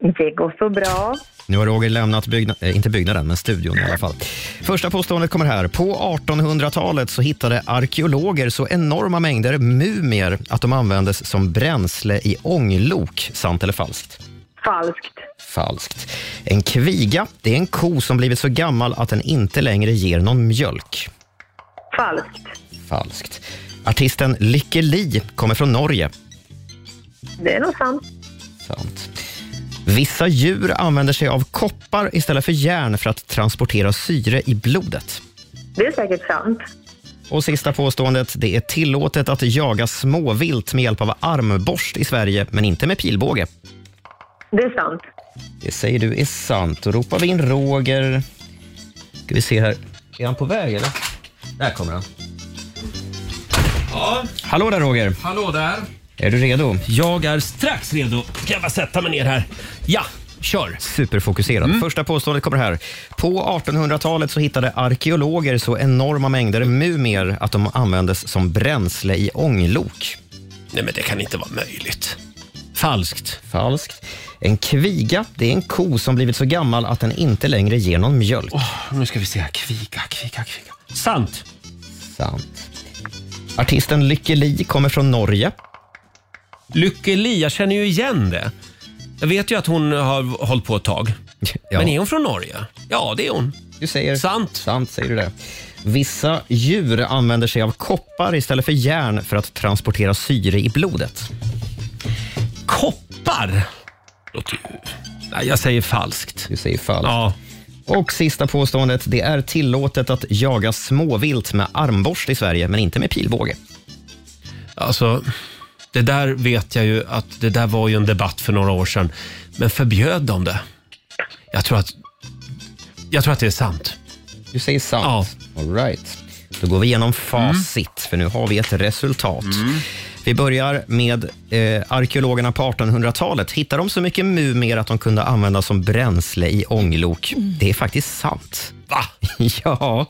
Det går så bra.
Nu har Roger lämnat byggna- eh, inte byggnaden, men studion i alla fall. Första påståendet kommer här. På 1800-talet så hittade arkeologer så enorma mängder mumier att de användes som bränsle i ånglok. Sant eller falskt?
Falskt.
Falskt. En kviga, det är en ko som blivit så gammal att den inte längre ger någon mjölk.
Falskt.
Falskt. Artisten Lykke Li kommer från Norge.
Det är nog sant.
Sant. Vissa djur använder sig av koppar istället för järn för att transportera syre i blodet.
Det är säkert sant.
Och sista påståendet, det är tillåtet att jaga småvilt med hjälp av armborst i Sverige, men inte med pilbåge.
Det är sant.
Det säger du är sant. Då ropar vi in Roger. Ska vi se här. Är han på väg eller? Där kommer han.
Ja.
Hallå där Roger.
Hallå där.
Är du redo?
Jag är strax redo. Kan jag bara sätta mig ner här? Ja, kör. Mm.
Superfokuserad. Första påståendet kommer här. På 1800-talet så hittade arkeologer så enorma mängder mumier att de användes som bränsle i ånglok.
Nej, men det kan inte vara möjligt. Falskt.
Falskt. En kviga, det är en ko som blivit så gammal att den inte längre ger någon mjölk.
nu ska vi se. Kviga, kviga, kviga. Oh, Sant.
Sant. Artisten Lykke Li kommer från Norge.
Lykke Li, jag känner ju igen det. Jag vet ju att hon har hållit på ett tag. Men är hon från Norge? Ja, det är hon.
Du säger
sant.
Sant säger du det. Vissa djur använder sig av koppar istället för järn för att transportera syre i blodet.
Koppar? Låter ju... Nej, jag säger falskt.
Du säger falskt.
Ja.
Och sista påståendet. Det är tillåtet att jaga småvilt med armborst i Sverige, men inte med pilbåge.
Alltså, det där vet jag ju att det där var ju en debatt för några år sedan. Men förbjöd de det? Jag tror att, jag tror att det är sant.
Du säger sant? Ja. All right. Då går vi igenom facit,
Mm.
för nu har vi ett resultat. Vi börjar med eh, arkeologerna på 1800-talet. Hittade de så mycket mumier att de kunde användas som bränsle i ånglok? Det är faktiskt sant.
Mm. Va?
ja.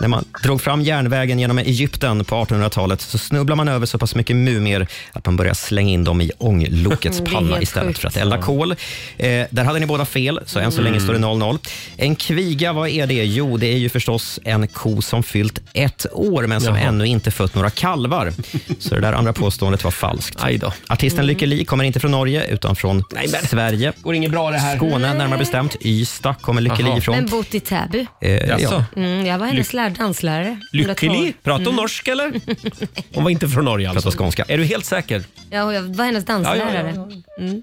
När man drog fram järnvägen genom Egypten på 1800-talet så snubblade man över så pass mycket mumier att man började slänga in dem i ånglokets
Det är
panna
helt
istället
sjukt.
för att elda
Ja.
kol. Eh, där hade ni båda fel, så än så
Mm.
länge står det 0-0. En kviga, vad är det? Jo, det är ju förstås en ko som fyllt ett år, men som
Jaha.
ännu inte fött några kalvar. Så det där andra påståendet var falskt. Artisten Lykke Li kommer inte från Norge, utan från
Mm. Nej, men-
Sverige.
Går inget bra det här.
Skåne, närmare bestämt. Ystad kommer Lykke Li ifrån.
Men bott i Täby.
Eh, ja. Jaså?
Mm, jag var hennes lär- danslärare.
Lycklig? Pratar hon
Mm.
norsk eller? Hon var inte från Norge alltså? Pratar
skånska.
Är du helt säker?
Ja, och jag var hennes danslärare.
Ja,
Mm.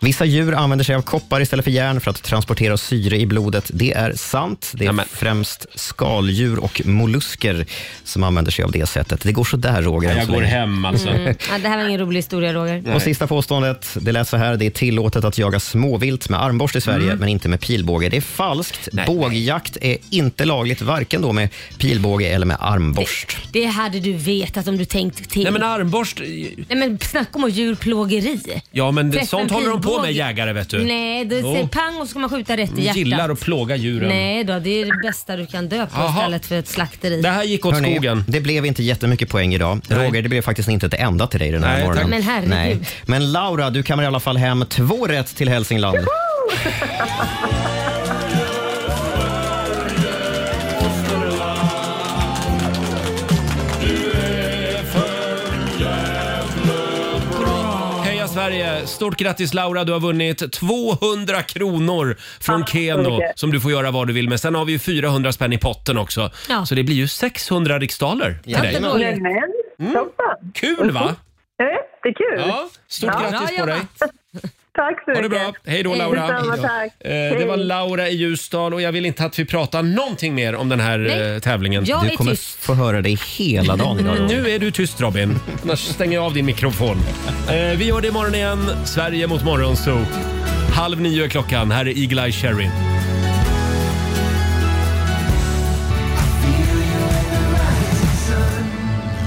Vissa djur använder sig av koppar istället för järn för att transportera syre i blodet. Det är sant. Det är främst skaldjur och mollusker som använder sig av det sättet. Det går sådär, Roger. än
Jag
så
går
länge.
hem alltså.
Mm. Ja, det här var ingen rolig historia Roger.
Och sista påståendet, det lät så här. Det är tillåtet att jaga småvilt med armborst i Sverige,
Mm.
men inte med pilbåge. Det är falskt. Bågjakt är inte lagligt, varken då med pilbåge eller med armborst.
Det hade du vetat om du tänkt till.
Nej, men
armborst...
Nej men snacka om att djurplågeri.
Ja, men det,
Träffa
sånt
en
håller de på
pilbåge.
med jägare vet du.
Nej, det säger
Jo. Mm,
pang och så ska man skjuta rätt i
De
hjärtat.
gillar att plåga djuren.
Nej då, det är det bästa du kan dö på
Jaha.
istället för ett slakteri.
Hörni, Det blev inte jättemycket poäng idag. Roger, det blev faktiskt inte ett enda till dig den här
Nej,
morgonen.
tack. Men herregud.
Men Laura, du kammar i alla fall hem två rätt till Hälsingland.
Heja Sverige! Stort grattis Laura, du har vunnit 200 kronor från
Tack så
Keno
mycket.
som du får göra vad du vill med. Sen har vi ju 400 spänn i potten också.
Ja.
Så det blir ju 600 riksdaler till dig.
Jajamän.
Mm.
Toppen.
Kul va?
Jättekul.
Ja, stort grattis på dig.
Tack så
Ha det
mycket.
bra. Hej då Laura.
Detsamma, tack.
Eh, Det var
Hej.
Laura i Ljusdal och jag vill inte att vi pratar någonting mer om den här
Nej.
eh, tävlingen.
Jag Du är kommer tyst.
få höra dig hela dagen idag, Roger.
Nu är du tyst Robin, annars stänger jag av din mikrofon. Eh, Vi gör det imorgon igen. Sverige mot Morgonzoo. Halv nio är klockan. Här är Eagle-Eye Cherry.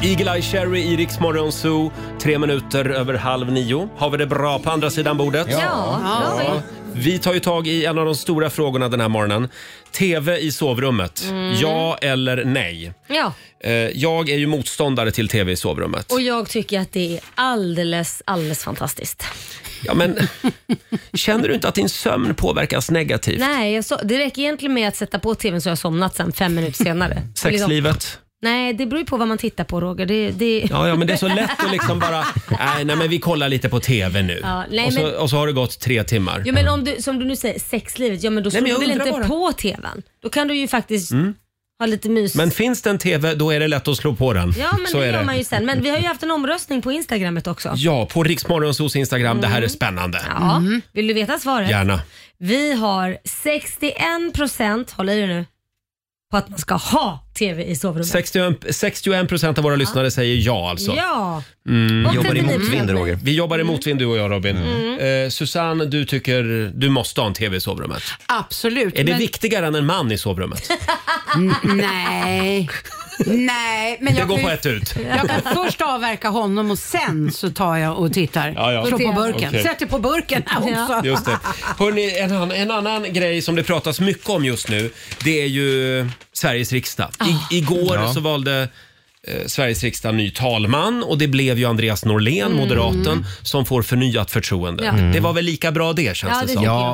Eagle-Eye Cherry i Rix Morgonzoo. Tre minuter över halv nio. Har vi det bra på andra sidan bordet?
Ja, Ja. bra.
Vi tar ju tag i en av de stora frågorna den här morgonen. TV i sovrummet.
Mm.
Ja eller nej?
Ja,
Eh, Jag är ju motståndare till TV i sovrummet.
och jag tycker att det är alldeles, alldeles fantastiskt.
Ja, men, känner du inte att din sömn påverkas negativt?
Nej, jag so- det räcker egentligen med att sätta på tvn så har jag somnat sen fem minuter senare. Liksom,
Sexlivet?
Nej, det beror ju på vad man tittar på Roger. Det, det...
Ja, ja, men det är så lätt att liksom bara... Nej, nej men vi kollar lite på TV nu.
Ja, nej,
och, så,
men-
och så har det gått tre timmar.
Jo men om du, som du nu säger, sexlivet, ja men då
Nej,
slår
men
du
jag
väl
undrar
inte på TVn? Då kan du ju faktiskt
Mm.
ha lite mys.
Men finns det en TV, då är det lätt att slå på den.
ja men
så
det
är
gör
det.
man ju sen. Men vi har ju haft en omröstning på Instagrammet också.
Ja, Mm. på Riksmorgonsos Instagram. Det här är spännande.
Mm. Ja. Vill du veta svaret?
Gärna.
Vi har 61 procent, håll i dig nu, på att man ska ha TV i sovrummet.
61, 61 procent av våra lyssnare säger ja alltså.
Ja.
Mm.
Och Jobbar i 39% motvind, Roger.
Vi jobbar i motvind du och jag Robin.
Mm.
Eh, Susanne, du tycker du måste ha en TV i sovrummet.
Absolut.
Är det
men-
viktigare än en man i sovrummet?
Nej. Nej, men
Det
jag
går
kan
på
ju-
ett ut.
Jag kan först avverka honom och sen så tar jag och tittar.
Ja, ja.
Slår på burken.
Okej.
Sätter på burken här också.
Just det. Hörrni, en, annan, en annan grej som det pratas mycket om just nu, det är ju Sveriges riksdag.
Ah.
I, igår
Ja.
så valde eh, Sveriges riksdag ny talman och det blev ju Andreas Norlén, moderaten, som får förnyat förtroende.
Mm. Ja. Mm.
Det var väl lika bra det känns
Ja,
det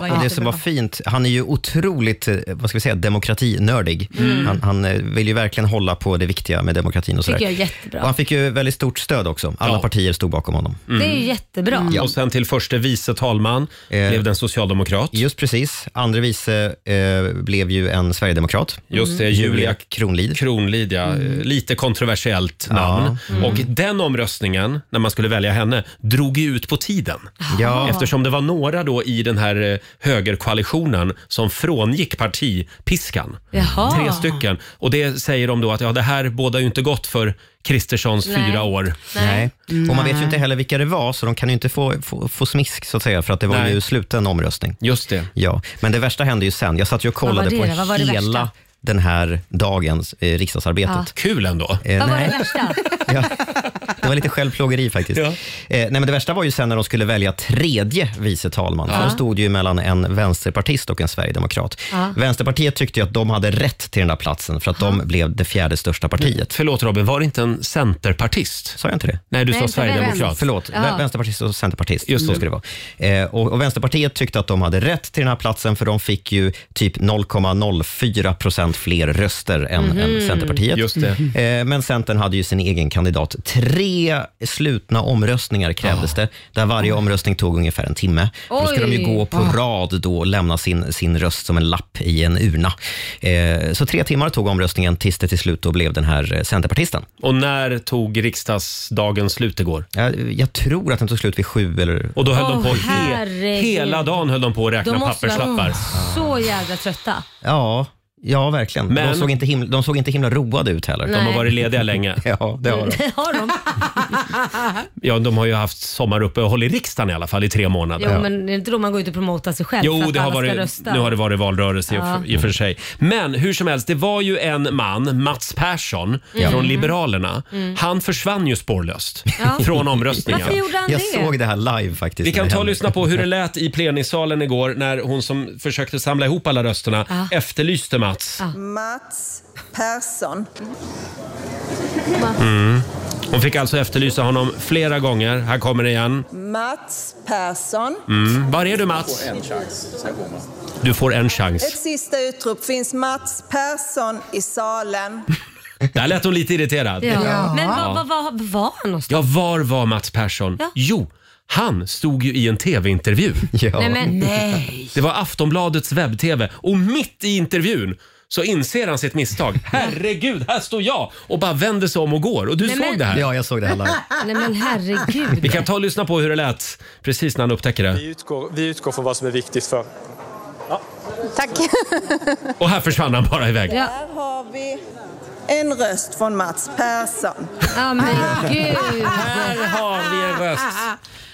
som.
och det som var fint, han är ju otroligt eh, vad ska vi säga, demokratinördig.
Mm.
Han, han eh, vill ju verkligen hålla på det viktiga med demokratin och sådär.
Tycker jag är jättebra.
Och han fick ju väldigt stort stöd också. Alla partier stod bakom honom.
Det är ju jättebra.
Mm. Och sen till förste vice talman blev den socialdemokrat.
Eh, Just precis. Andre vice eh, blev ju en sverigedemokrat. Mm.
Just det, Julia
Kronlid.
Kronlid, ja.
Mm.
Eh, Lite kontroversiellt namn. Och den omröstningen, när man skulle välja henne, drog ju ut på tiden.
Ja.
Eftersom det var några då i den här eh, högerkoalitionen som frångick partipiskan.
Jaha.
Tre stycken. Och det säger de då att ja, det här båda ju inte gott för Kristerssons
Nej.
fyra år.
Nej. Och man vet ju
Nej.
inte heller vilka det var, så de kan ju inte få, få, få smisk så att säga, för att det var
Nej.
ju sluten omröstning.
Just det.
Ja, men det värsta hände ju sen. Jag satt ju och
Vad var
kollade
det
på
då? Vad var det
hela
värsta?
den här dagens eh, riksdagsarbetet.
Ja.
Kul ändå.
Eh,
Vad var
nej,
det värsta?
det var lite självplågeri faktiskt. Eh, nej, men det värsta var ju sen när de skulle välja tredje vice talman.
Ja.
För de stod ju mellan en vänsterpartist och en sverigedemokrat.
Ja.
Vänsterpartiet tyckte ju att de hade rätt till den där platsen för att de blev det fjärde största partiet.
Förlåt Robin, var det inte en centerpartist?
Sa jag inte det?
Nej, du Nej, sa inte sverigedemokrat. vänster.
Förlåt, vä-
Ja.
vänsterpartist och centerpartist.
Just
Just
det.
det. Ska det vara. Eh, och, och Vänsterpartiet tyckte att de hade rätt till den här platsen för de fick ju typ 0,04 procent fler röster än,
Mhm.
än Centerpartiet.
Just det.
Eh, men Centern hade ju sin egen kandidat. Tre tre slutna omröstningar krävdes det, där varje omröstning tog ungefär en timme. För då skulle de ju
Oj.
gå på
Ah.
rad då och lämna sin, sin röst som en lapp i en urna. Eh, så tre timmar tog omröstningen tills det till slut då blev den här eh, centerpartisten.
Och när tog riksdagsdagen slut igår?
Jag, jag tror att den tog slut vid sju eller...
Och då höll de
Åh,
på he-
herregud.
hela dagen höll de på att räkna
De måste
papperslappar.
vara så jävla trötta.
Ja, ja verkligen.
Men-
De, såg inte himla, de såg inte himla roade ut heller.
De har Nej. varit
lediga länge.
ja, det har de.
Det har de.
Ja, de har ju haft sommaruppehåll i riksdagen i alla fall i tre månader.
Jo, men är det inte då man går ut och promotar sig själv för
Jo,
att
det har
alla ska
varit,
rösta?
nu har det varit valrörelse i och för- i och för sig. Men hur som helst, det var ju en man, Mats Persson
Ja.
från
Mm.
Liberalerna.
Mm.
Han försvann ju spårlöst
Ja.
från omröstningen.
Varför gjorde han Jag det? såg
det här live faktiskt.
Vi
när
kan
det
ta och
hände.
lyssna på hur det lät i plenisalen igår när hon som försökte samla ihop alla rösterna
Ja.
efterlyste Mats.
Mats Persson.
Mm. Hon fick alltså efterlysa honom flera gånger. Här kommer det igen.
Mats Persson.
Mm. Var är du Mats? Du får en
Ett
chans.
sista utrop. Finns Mats Persson i salen?
Där lät hon lite irriterad.
Ja. Men
Ja.
vad var, var, var han någonstans?
Ja, var var Mats Persson? Jo, han stod ju i en tv-intervju.
Nej, men- Nej.
Det var Aftonbladets webb-tv och mitt i intervjun så inser han sitt misstag. Herregud, här står jag och bara vänder sig om och går. Och du
Nej,
såg
men-
det här?
Ja, jag såg det
Nej men herregud.
Vi kan ta och lyssna på hur det lät precis när han upptäcker det.
Vi utgår, vi utgår från vad som är viktigt för...
Tack.
Och här försvann han bara iväg.
Där har vi en röst från Mats Persson.
Ja, men gud.
Här har vi en röst.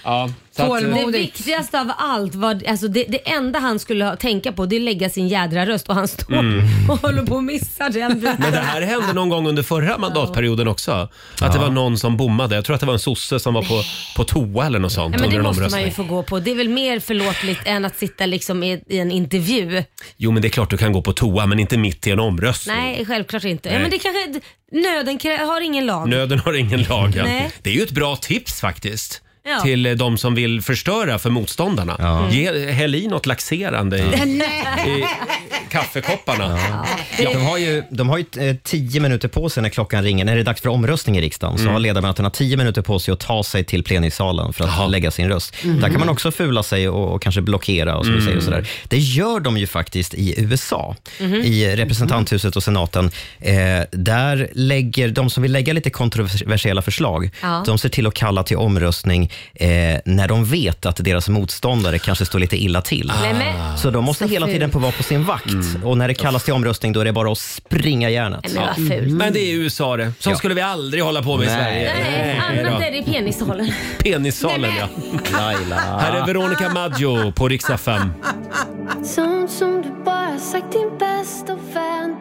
Ja, så att- eh,
Det viktigaste av allt var, alltså det, det enda han skulle ha- tänka på det är att lägga sin jädra röst och han står
Mm.
och håller på att missa den biten.
Men det här hände någon gång under förra mandatperioden också. Att det var någon som bommade. Jag tror att det var en sosse som var på, på toa eller något sånt
Nej, men
under
det
en
måste man ju
omröstning.
få gå på. Det är väl mer förlåtligt än att sitta liksom i, i en intervju.
Jo, men det är klart du kan gå på toa, men inte mitt i en omröstning.
Nej, självklart inte. Ja,
Nej.
men det kanske, nöden krä- har ingen lag.
Nöden har ingen lag. ja.
Nej.
Det är ju ett bra tips faktiskt.
Ja.
Till eh, de som vill förstöra för motståndarna. Ge, häll i något laxerande i, i kaffekopparna. Eh,
De har ju, de har ju eh, tio minuter på sig när klockan ringer. När det är dags för omröstning i riksdagen så
Mm.
har ledamöterna tio minuter på sig att ta sig till plenisalen för att lägga sin röst.
Mhm.
Där kan man också fula sig och, och kanske blockera och, som du
Mm.
säger och sådär. Det gör de ju faktiskt i USA.
Mhm.
I representanthuset och senaten. Eh, där lägger de som vill lägga lite kontroversiella förslag,
Ja.
de ser till att kalla till omröstning eh, när de vet att deras motståndare kanske står lite illa till. Ah.
Nej, men-
Så de måste
Så
hela tiden
fult.
på vara på sin vakt. Och när det kallas till omröstning då är det bara att springa järnet.
Nej, men vad fult. Mm.
Men det är USA det. Sånt skulle vi aldrig hålla på med i
Nej.
Sverige.
Nej, annat
då.
är det i penishålen.
Penissalen ja. Här är Veronica Maggio på Rix FM.
Sånt som du bara sagt din bästa vän.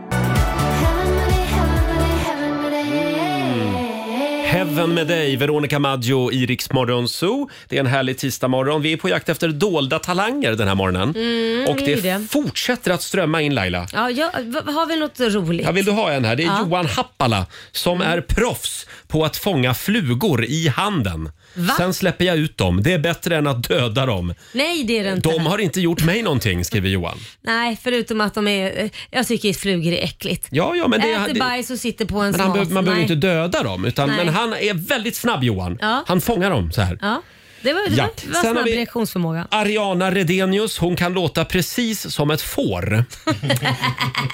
Heaven med dig, Veronica Maggio i Rix Morgon Zoo. Det är en härlig tisdagmorgon. Vi är på jakt efter dolda talanger den här morgonen.
Mm,
Och
vi är
det
det.
fortsätter att strömma in Laila.
Ja, jag, v- har vi något roligt?
Ja, vill du ha en här? Det är
Ja. Mm.
Johan Happala som är proffs på att fånga flugor i handen.
Va?
Sen släpper jag ut dem. Det är bättre än att döda dem.
Nej, det är det inte.
De har inte gjort mig någonting, skriver Johan.
Nej, förutom att de är... Jag tycker att flugor är äckligt.
Ja, ja, men det,
Äter
det,
bajs och sitter på en
men han
smas.
behöver- man behöver
Nej.
inte döda dem. Utan,
Nej.
men han är väldigt snabb Johan.
Ja.
Han fångar dem så här.
Ja, det var, det
Ja.
var, var
Sen har
snabb
vi-
reaktionsförmåga.
Ariana Redenius, hon kan låta precis som ett får.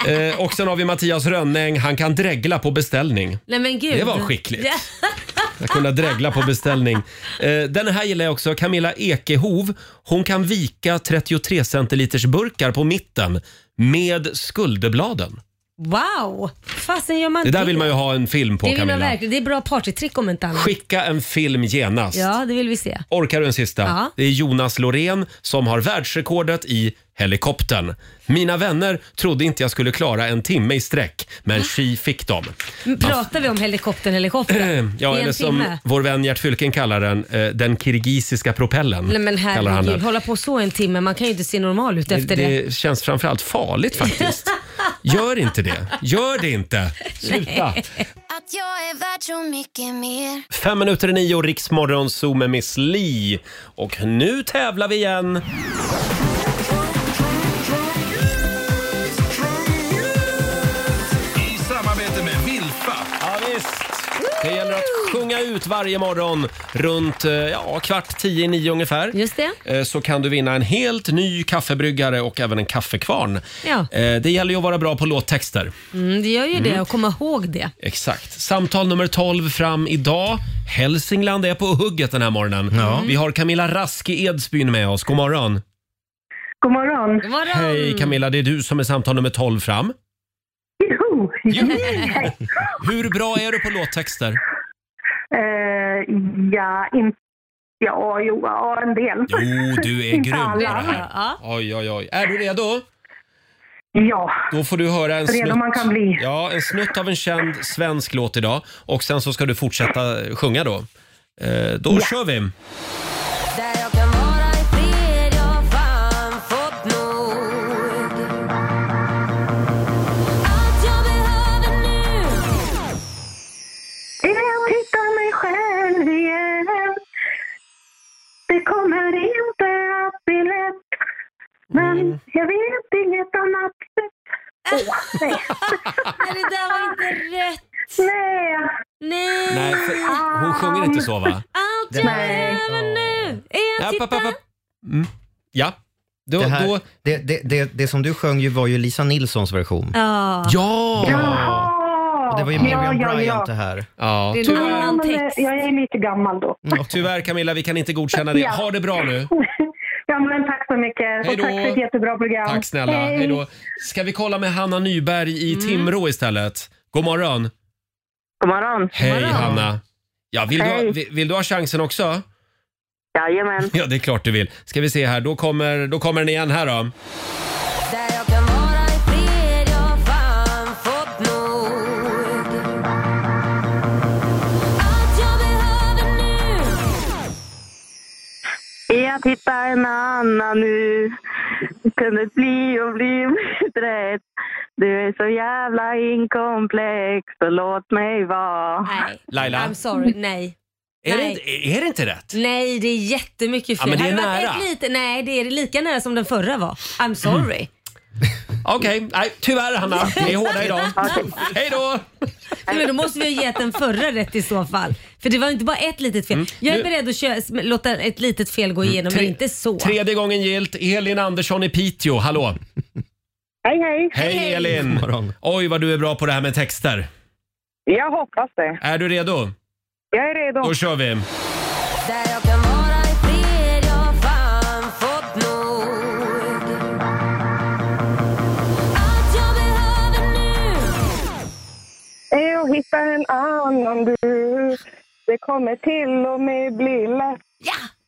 eh, och sen har vi Mattias Rönnäng, han kan dregla på beställning.
Nej men gud.
Det var skickligt.
Ja.
Att kunna dregla på beställning. Eh, den här gillar jag också, Camilla Ekehov. Hon kan vika 33 centiliters burkar på mitten med skulderbladen.
Wow! Fasen gör man
Det där vill man ju ha en film på
det vill man
Camilla.
verkligen. Det är bra partytrick om inte annat.
Skicka en film genast.
Ja, det vill vi se.
Orkar du en sista?
Ja.
Det är Jonas Loreen som har världsrekordet i helikoptern. Mina vänner trodde inte jag skulle klara en timme i sträck, men tji fick dem. Ehm,
Men Pratar vi om helikoptern helikopter?
Ja, eller som vår vän Gert Fylking kallar den, eh, den kirgisiska propellen.
Nej men
kallar han
herregud,
den.
hålla på så en timme, man kan ju inte se normal ut efter det.
Det känns framförallt farligt faktiskt. Gör inte det. Gör det inte. Sluta.
Att jag är värd så mycket mer.
Fem minuter i nio, Riksmorgon, Zoom med Miss Li. Och nu tävlar vi igen.
I samarbete med Vilfa.
Ja, visst. Det gäller att sjunga ut varje morgon runt eh, ja, kvart tio i nio ungefär.
Just
det. Så kan du vinna en helt ny kaffebryggare och även en kaffekvarn.
Ja.
Eh, Det gäller ju att vara bra på låttexter.
Mm, det gör ju det
Mm.
och komma ihåg det.
Exakt. Samtal nummer 12 fram idag. Hälsingland är på hugget den här morgonen. Vi har Camilla Rask i Edsbyn med oss. God morgon.
God morgon.
God morgon.
Hej Camilla, det är du som är samtal nummer 12 fram.
Jo.
Hur bra är du på låttexter?
Eh, ja, inte... Ja, jo, ja, en del.
Jo, Oh, du är
Inte
grym på det
alla.
här. Oj, oj, oj. Är du redo?
Ja.
Då får du höra en
Redo
snutt,
man kan bli.
Ja, en snutt av en känd svensk låt idag. Och sen så ska du fortsätta sjunga då. Eh, då kör vi!
Där jag kan vara i fred, jag har fan fått nog. Allt jag behöver nu är att hitta mig själv igen. Det kommer inte att bli lätt, men
Mm.
jag vet inget annat sätt. Åh, nej.
Nej, det där var inte rätt.
Nej.
Nej.
Nej, för hon sjunger inte så va?
Allt
Det-
jag behöver nu är att
Ja,
titta.
Ja.
det, här, Det, det, det, det som du sjöng ju var ju Lisa Nilssons version.
Ja.
Ja!
Och
Det var ju Miriam
ja, ja,
Bryant
ja.
det här.
Ja,
Det är en annan text. eh, Jag är lite gammal då.
Tyvärr Camilla, vi kan inte godkänna det.
Ja.
Ha det bra nu.
Ja, men tack så mycket.
Hej
Och
då.
tack för ett jättebra program.
Tack snälla. Hej då. Ska vi kolla med Hanna Nyberg i
Mm.
Timrå istället? God morgon.
God morgon.
Hej Hanna. Ja, vill, Du ha,
Hej.
vi- vill du ha chansen också?
Jajamän.
Ja, det är klart du vill. Ska vi se här, då kommer, då kommer den igen här då.
Där jag kan vara i fred, jag har fan fått nog. Allt jag behöver nu
Jag tittar en annan nu. Kunde bli och bli mitt rätt. Du är så jävla inkomplex, så låt mig vara.
Nej.
Laila?
I'm sorry, nej.
Är, det,
Nej.
inte- är det inte rätt?
Nej, det är jättemycket
Ja,
fel.
men det är
Hade varit
nära.
ett Lite, nej, det är lika nära som den förra var. I'm sorry.
Mm. Okej, nej tyvärr Hanna. Vi är hårda idag. Hej då!
Nej, men då måste vi ha gett den förra rätt i så fall. För det var inte bara ett litet fel. Jag är
Mm. Nu- Mm,
beredd att köra, sm- låta ett litet fel gå igenom,
Tre-
men inte så.
Tredje gången gillt. Elin Andersson i Piteå, hallå.
Hej, hej.
Hej, Elin! Oj vad du är bra på det här med texter.
Jag hoppas det.
Är du redo?
Jag är redo.
Då kör vi.
Där jag kan vara i fred, jag har fan fått nog. Allt jag behöver nu
Jag hittar en annan du. Det kommer till och med bli lätt.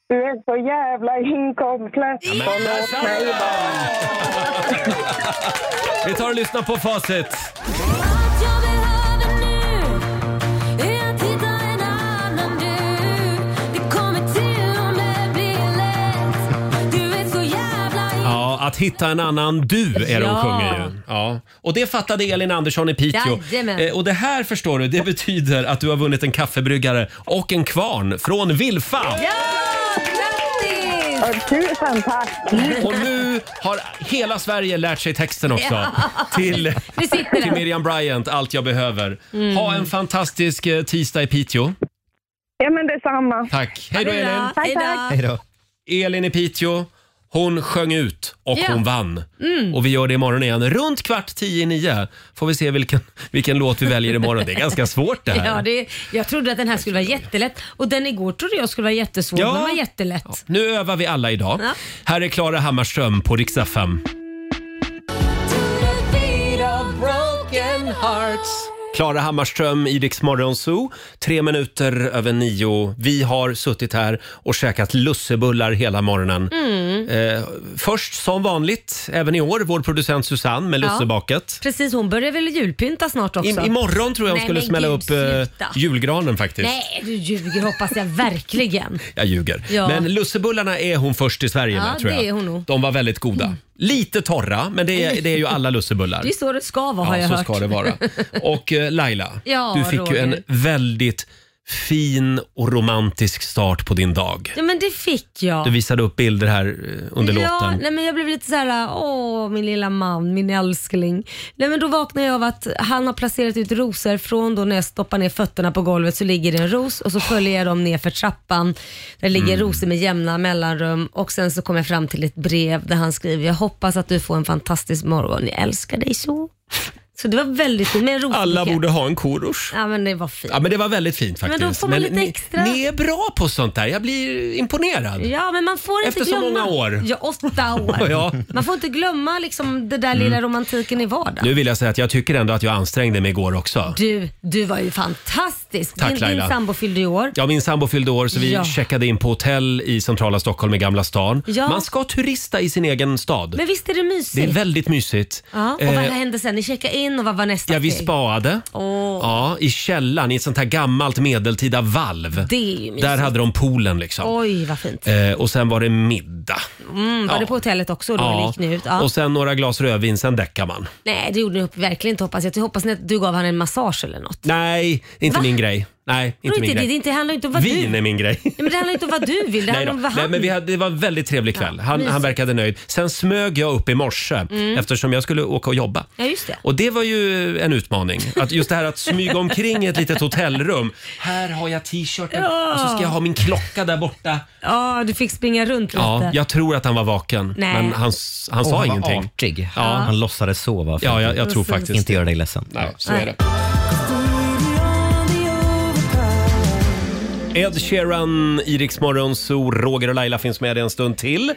Du är så jävla inkomplex, så låt mig vara.
Vi tar och lyssnar på facit.
är att hitta en annan du. Det kommer till om det blir lätt. Du är så jävla
Ja, att hitta en annan du är det hon
Ja.
sjunger ju. Ja. Och det fattade Elin Andersson i Piteå.
Jajamän.
Eh, och det här förstår du, det betyder att du har vunnit en kaffebryggare och en kvarn från Vilfa.
Grattis! Tusen tack!
Och nu har hela Sverige lärt sig texten också.
Ja.
Till,
Det sitter där.
till Miriam Bryant, Allt jag behöver.
Mm.
Ha en fantastisk eh, tisdag i Piteå.
Ja, men detsamma.
Tack. Hej då
Ha det bra.
Elin.
Tack, Hej då. tack. Hej
Elin i Piteå, hon sjöng ut och
Ja.
hon vann.
Mm.
Och vi gör det imorgon igen. Runt kvart tio i nio får vi se vilken, vilken låt vi väljer imorgon. Det är ganska svårt det här.
Ja, det, är- jag trodde att den här skulle vara jättelätt och den igår trodde jag skulle vara jättesvår.
Ja.
Den var jättelätt.
Nu övar vi alla idag.
Ja.
Här är Klara Hammarström på Rix FM. Klara Hammarström i Rix Morgon Zoo. Tre minuter över nio. Vi har suttit här och käkat lussebullar hela morgonen.
Mm.
Eh, först som vanligt, även i år, vår producent Susanne med
Ja.
lussebaket.
Precis, hon börjar väl julpynta snart också.
I, imorgon tror jag hon
Nej,
skulle
men
smälla
gud,
upp eh,
sluta.
julgranen faktiskt.
Nej, du ljuger hoppas jag verkligen.
Jag ljuger.
Ja.
Men lussebullarna är hon först i Sverige
Ja,
med tror jag.
det är hon nog. Mm.
De var väldigt goda. Lite torra, men det är, det är ju alla lussebullar.
Det är så det ska vara har
ja,
jag
så
hört.
ska det vara. Och eh, Laila,
Ja,
du fick ju
Roger.
en väldigt fin och romantisk start på din dag.
Ja, men det fick jag.
Du visade upp bilder här eh, under
Ja,
låten.
nej men jag blev lite så här: åh min lilla man, min älskling. Nej men då vaknade jag av att han har placerat ut rosor från då när jag stoppar ner fötterna på golvet så ligger det en ros och så följer jag dem ner för trappan. Där ligger
Mm.
rosor med jämna mellanrum och sen så kommer jag fram till ett brev där han skriver, jag hoppas att du får en fantastisk morgon, jag älskar dig så. Så det var väldigt fint med en rosbukett.
Alla borde ha en korosh.
Ja men det var fint.
Ja, men det var väldigt fint
Men
faktiskt.
då får man lite
ni-
extra-
Ni är bra på sånt där. Jag blir imponerad.
Ja, men man får inte
Efter så
glömma.
många år.
Ja, åtta år.
Ja.
Man får inte glömma liksom den där lilla
Mm.
romantiken i vardagen.
Nu vill jag säga att jag tycker ändå att jag ansträngde mig igår också.
Du, du var ju fantastisk.
Tack,
din, din
Laila.
sambo fyllde ju år.
Ja, min sambo fyllde år så vi
Ja.
checkade in på hotell i centrala Stockholm i Gamla stan.
Ja.
Man ska turista i sin egen stad.
Men visst är det mysigt?
det är väldigt mysigt.
ja, och vad
Eh,
hände sen? Ni checkade in och vad var nästa
ja, vi
steg?
spaade.
Åh.
Ja, I källaren i ett sånt här gammalt medeltida valv.
Det är ju mysigt.
Där hade de poolen liksom.
Oj, vad fint.
Eh, och sen var det middag.
Mm, var
Ja.
det på hotellet också då? eller Gick ni ut? Ja.
Och sen några glas rödvin, sen däckar man.
Nej, det gjorde ni verkligen inte hoppas jag. Jag hoppas ni att du gav han en massage eller något.
Nej, inte
Va?
min grej. Nej,
Inte
inte min
inte, det,
grej.
det inte- handlar inte om vad
Vin
du...
är min grej.
Ja, men det handlar inte om vad du vill, det handlar
Nej, då.
om vad han
Nej, men vi hade, det var en väldigt trevlig kväll. han, han
mysigt.
verkade nöjd. Sen smög jag upp i morse
Mm.
eftersom jag skulle åka och jobba.
Ja, just det.
Och det var ju en utmaning. Att just det här att smyga omkring i ett litet hotellrum. Här har jag t-shirten
Ja.
och så ska jag ha min klocka där borta.
Ja, du fick springa runt
Ja,
lite.
jag tror att han var vaken,
Nej.
men han, han
Och
sa
han var
ingenting.
artig.
Ja.
Han låtsades sova.
Ja, jag- jag tror
Precis.
faktiskt
Inte
det.
göra dig ledsen.
Nej, så
Nej.
är det. Ed Sheeran, Iriks morgonzoo, Roger och Laila finns med dig en stund till.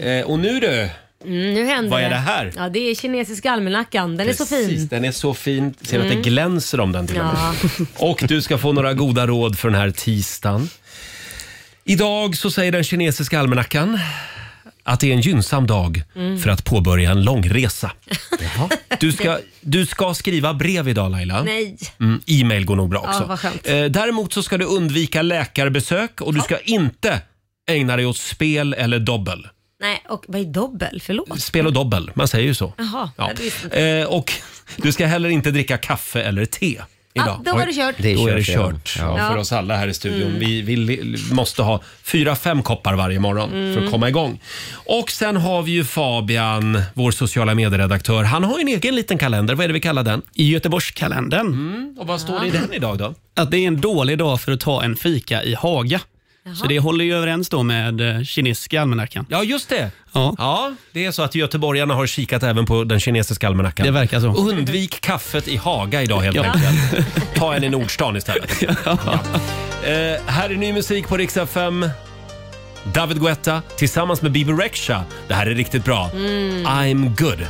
Eh, och nu du,
Mm, nu händer
Vad är det här?
Ja, det är kinesiska almanackan. Den är så fin.
den är så fin. Ser att
Mm.
det glänser om den till och med.
Ja.
Och du ska få några goda råd för den här tisdagen. Idag så säger den kinesiska almanackan att det är en gynnsam dag
Mm.
för att påbörja en långresa. Du ska, du ska skriva brev idag Laila.
Nej.
Mm, e-mail går nog bra
Ja,
också.
vad skönt.
Eh, däremot så ska du undvika läkarbesök och du ska inte ägna dig åt spel eller dobbel.
Nej, och vad är dobbel? Förlåt.
Spel och dobbel, man säger ju så.
Jaha,
Ja.
ja. det visste inte.
Eh, och du ska heller inte dricka kaffe eller te idag.
då var det kört. Det är
då är det
kört redan.
kört
Ja.
för oss alla här i studion.
Mm.
Vi, vi li- måste ha fyra, fem koppar varje morgon
Mm.
för att komma igång. Och sen har vi ju Fabian, vår sociala medieredaktör. Han har ju en egen liten kalender. Vad är det vi kallar den? Mm.
I Göteborgskalendern.
Och vad står det i den idag då?
Att det är en dålig dag för att ta en fika i Haga. Så det håller ju överens då med eh, kinesiska almanackan.
Ja, just det.
Ja.
Ja, det är så att göteborgarna har kikat även på den kinesiska almanackan.
Det verkar så.
Undvik kaffet i Haga idag helt
Ja.
enkelt. Ta en i Nordstan istället. Ja. Eh, här är ny musik på Rix FM. David Guetta tillsammans med Bieber Rexha. Det här är riktigt bra.
Mm.
I'm good.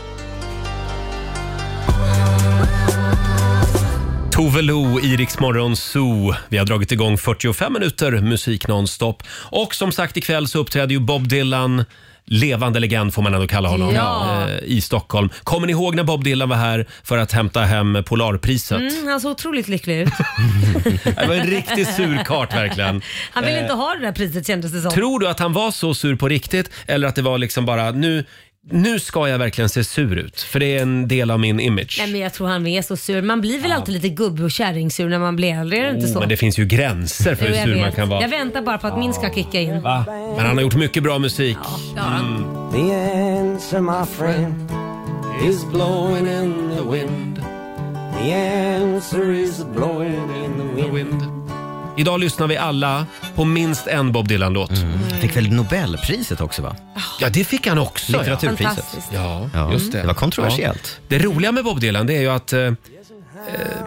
Tove Lo, Iriks morgon Zoo. Vi har dragit igång 45 minuter musik nonstop. Och som sagt ikväll så uppträder ju Bob Dylan, levande legend får man ändå kalla honom,
Ja.
eh, i Stockholm. Kommer ni ihåg när Bob Dylan var här för att hämta hem Polarpriset?
Mm, han såg otroligt lycklig ut.
Det var en riktig surkart verkligen.
Han ville
Eh,
inte ha det där priset kändes det som.
Tror du att han var så sur på riktigt eller att det var liksom bara nu, nu ska jag verkligen se sur ut för det är en del av min image?
Nej, men jag tror han är så sur. Man blir väl alltid lite gubb och kärringsur när man blir äldre, är det inte
Oh,
så?
men det finns ju gränser för
Jo,
hur
jag
sur man
vet.
kan vara.
Jag väntar bara på att min ska kicka in.
Va? Men han har gjort mycket bra musik. Mm.
The answer, my friend, is blowing in the wind. The answer is blowing in the wind.
Idag lyssnar vi alla på minst en Bob Dylan-låt.
Mm. Han fick väl Nobelpriset också va?
Ja, det fick han också.
Litteraturpriset.
Fantastiskt. Ja,
Ja,
just det.
det var kontroversiellt.
Ja. Det roliga med Bob Dylan det är ju att eh, eh,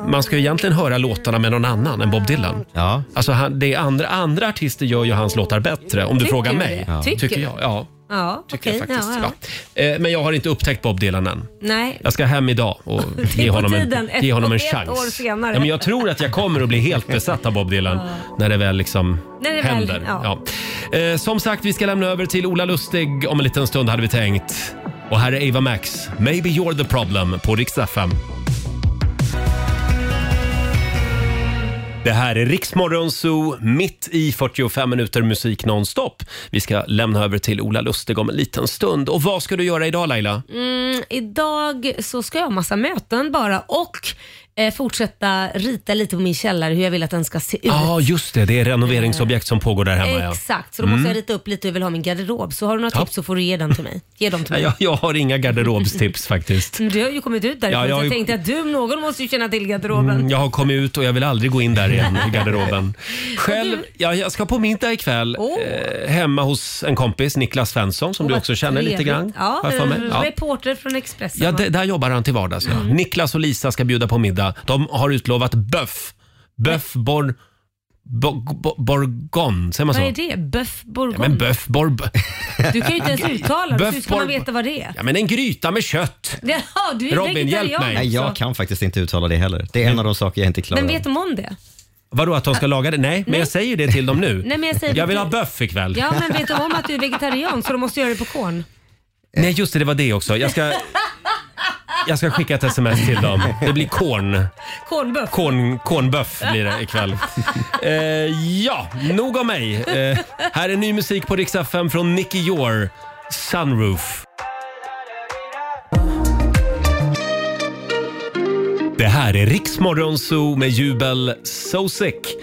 man ska ju egentligen höra låtarna med någon annan än Bob Dylan. Ja. Alltså han, det är andra, andra artister gör ju hans låtar bättre om du
Tycker
frågar
du
mig.
det? Ja. Tycker
Tycker
du?
jag. Ja.
Ja, okej.
jag
ja,
faktiskt.
ja.
Ja. Eh, Men jag har inte upptäckt Bob Dylan än.
Nej.
Jag ska hem idag och ge
på
honom en,
tiden. Ett-
ge honom en
ett
chans.
år senare.
Ja, men jag tror att jag kommer att bli helt besatt av Bob Dylan när det väl liksom
När det väl-
händer.
ja.
Ja. Eh, som sagt, vi ska lämna över till Ola Lustig om en liten stund hade vi tänkt. Och här är Ava Max, “Maybe you're the problem” på Rix FM. Det här är Riksmorgon Zoo, mitt i 45 minuter musik nonstop. Vi ska lämna över till Ola Lustig om en liten stund. Och vad ska du göra idag Laila?
Mm, idag så ska jag ha massa möten bara och eh, fortsätta rita lite på min källare hur jag vill att den ska se ut.
Ja, just det. Det är renoveringsobjekt som pågår där hemma. Ja.
Exakt, så då måste
Mm.
jag rita upp lite hur jag vill ha min garderob. Så har du några
Ja.
tips så får du ge dem till mig. Ge dem till mig.
Jag, jag har inga garderobstips faktiskt.
Men Du har ju kommit ut därifrån
Ja, jag
så
har
jag
ju-
tänkte att du, någon måste ju känna till garderoben.
Mm, jag har kommit ut och jag vill aldrig gå in där igen i garderoben. Själv, ja, jag ska på middag ikväll eh, hemma hos en kompis, Niklas Svensson, som du också känner lite
Trevligt.
grann.
Ja,
har jag för mig.
eh, Mm.
Ja.
reporter från Expressen.
Ja,
va?
d- där jobbar han till vardags. Ja. Niklas och Lisa ska bjuda på middag. De har utlovat böff. Böff bor... bo- bo- Bourgogne, säger man så?
Vad är det? Böff
Ja,
bourgogne?
men böff borb...
Du kan ju inte ens uttala det, så hur
Böff
ska man
bourg-
veta vad det är?
Ja, men en gryta med kött.
Jaha, du är vegetarian
Nej,
också.
jag kan faktiskt inte uttala det heller. Det är en av de saker jag inte klarar
Men
av.
vet de om det?
Vadå att de ska laga det? Nej, men jag säger det till dem nu.
Nej, men jag säger det
vill ha
till-
böff ikväll.
Ja, men vet de om att du är vegetarian så de måste göra det på korn?
Nej, just det, det var det också. Jag ska, jag ska skicka ett sms till dem. Det blir korn.
Kornböff.
Korn, kornböff blir det ikväll. Eh, ja, nog om mig. Eh, här är ny musik på Rix FM från Nicky Jor, Sunroof. Det här är Riksmorgon Zoo med jubel So Sick.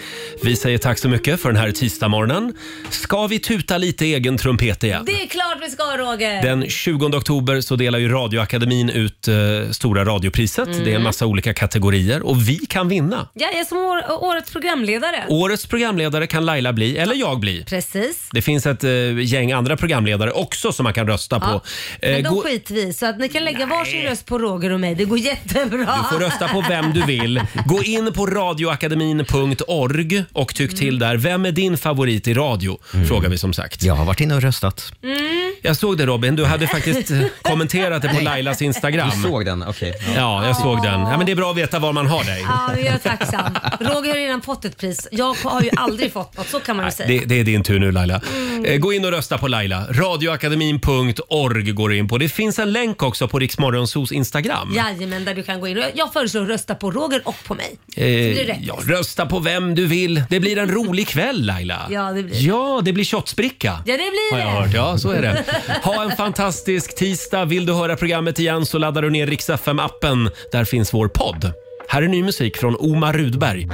Vi säger tack så mycket för den här tisdagsmorgonen. Ska vi tuta lite egen trumpet igen?
Det är klart vi ska Roger!
Den 20 oktober så delar ju Radioakademin ut eh, Stora radiopriset.
Mm.
Det är en massa olika kategorier och vi kan vinna.
Ja, jag är som år, årets programledare.
Årets programledare kan Laila bli, eller jag bli.
Precis.
Det finns ett eh, gäng andra programledare också som man kan rösta
Ja,
på.
Men
Eh,
de
gå-
skiter vi i, så att ni kan lägga varsin röst på Roger och mig. Det går jättebra.
Du får rösta på vem du vill. Gå in på radioakademin.org och tyck
Mm.
till där. Vem är din favorit i radio? Frågar vi som sagt.
Mm. Jag har varit inne och röstat.
Mm.
Jag såg det Robin, du hade faktiskt eh, kommenterat det på Lailas Instagram.
Du såg den? Okej.
Ja, jag såg den. Ja, men det är bra att veta var man har dig.
Ja, men jag är tacksam. Roger har redan fått ett pris. Jag har ju aldrig fått något, så kan man ju säga.
Det, det är din tur nu Laila.
Mm.
Eh, Gå in och rösta på Laila. Radioakademin.org går du in på. Det finns en länk också på Riksmorgonsos Instagram.
Jajamän, där du kan gå in. Jag föreslår att rösta på Roger och på mig. det är rätt.
Eh, ja, rösta på vem du vill. Det blir en rolig kväll Laila.
Ja, det blir det.
Ja, det blir shotsbricka.
Ja, det blir
har
det.
jag hört. Ja, så är det. Ha en fantastisk tisdag. Vill du höra programmet igen så laddar du ner Rix FM-appen. Där finns vår podd. Här är ny musik från Omar Rudberg.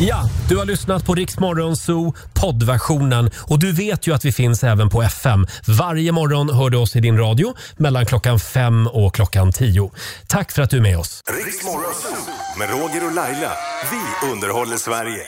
Ja, du har lyssnat på Rix Morgonzoo poddversionen och du vet ju att vi finns även på FM. Varje morgon hör du oss i din radio mellan klockan fem och klockan tio. Tack för att du är med oss.
Riksmorgon med Roger och Laila. Vi underhåller Sverige.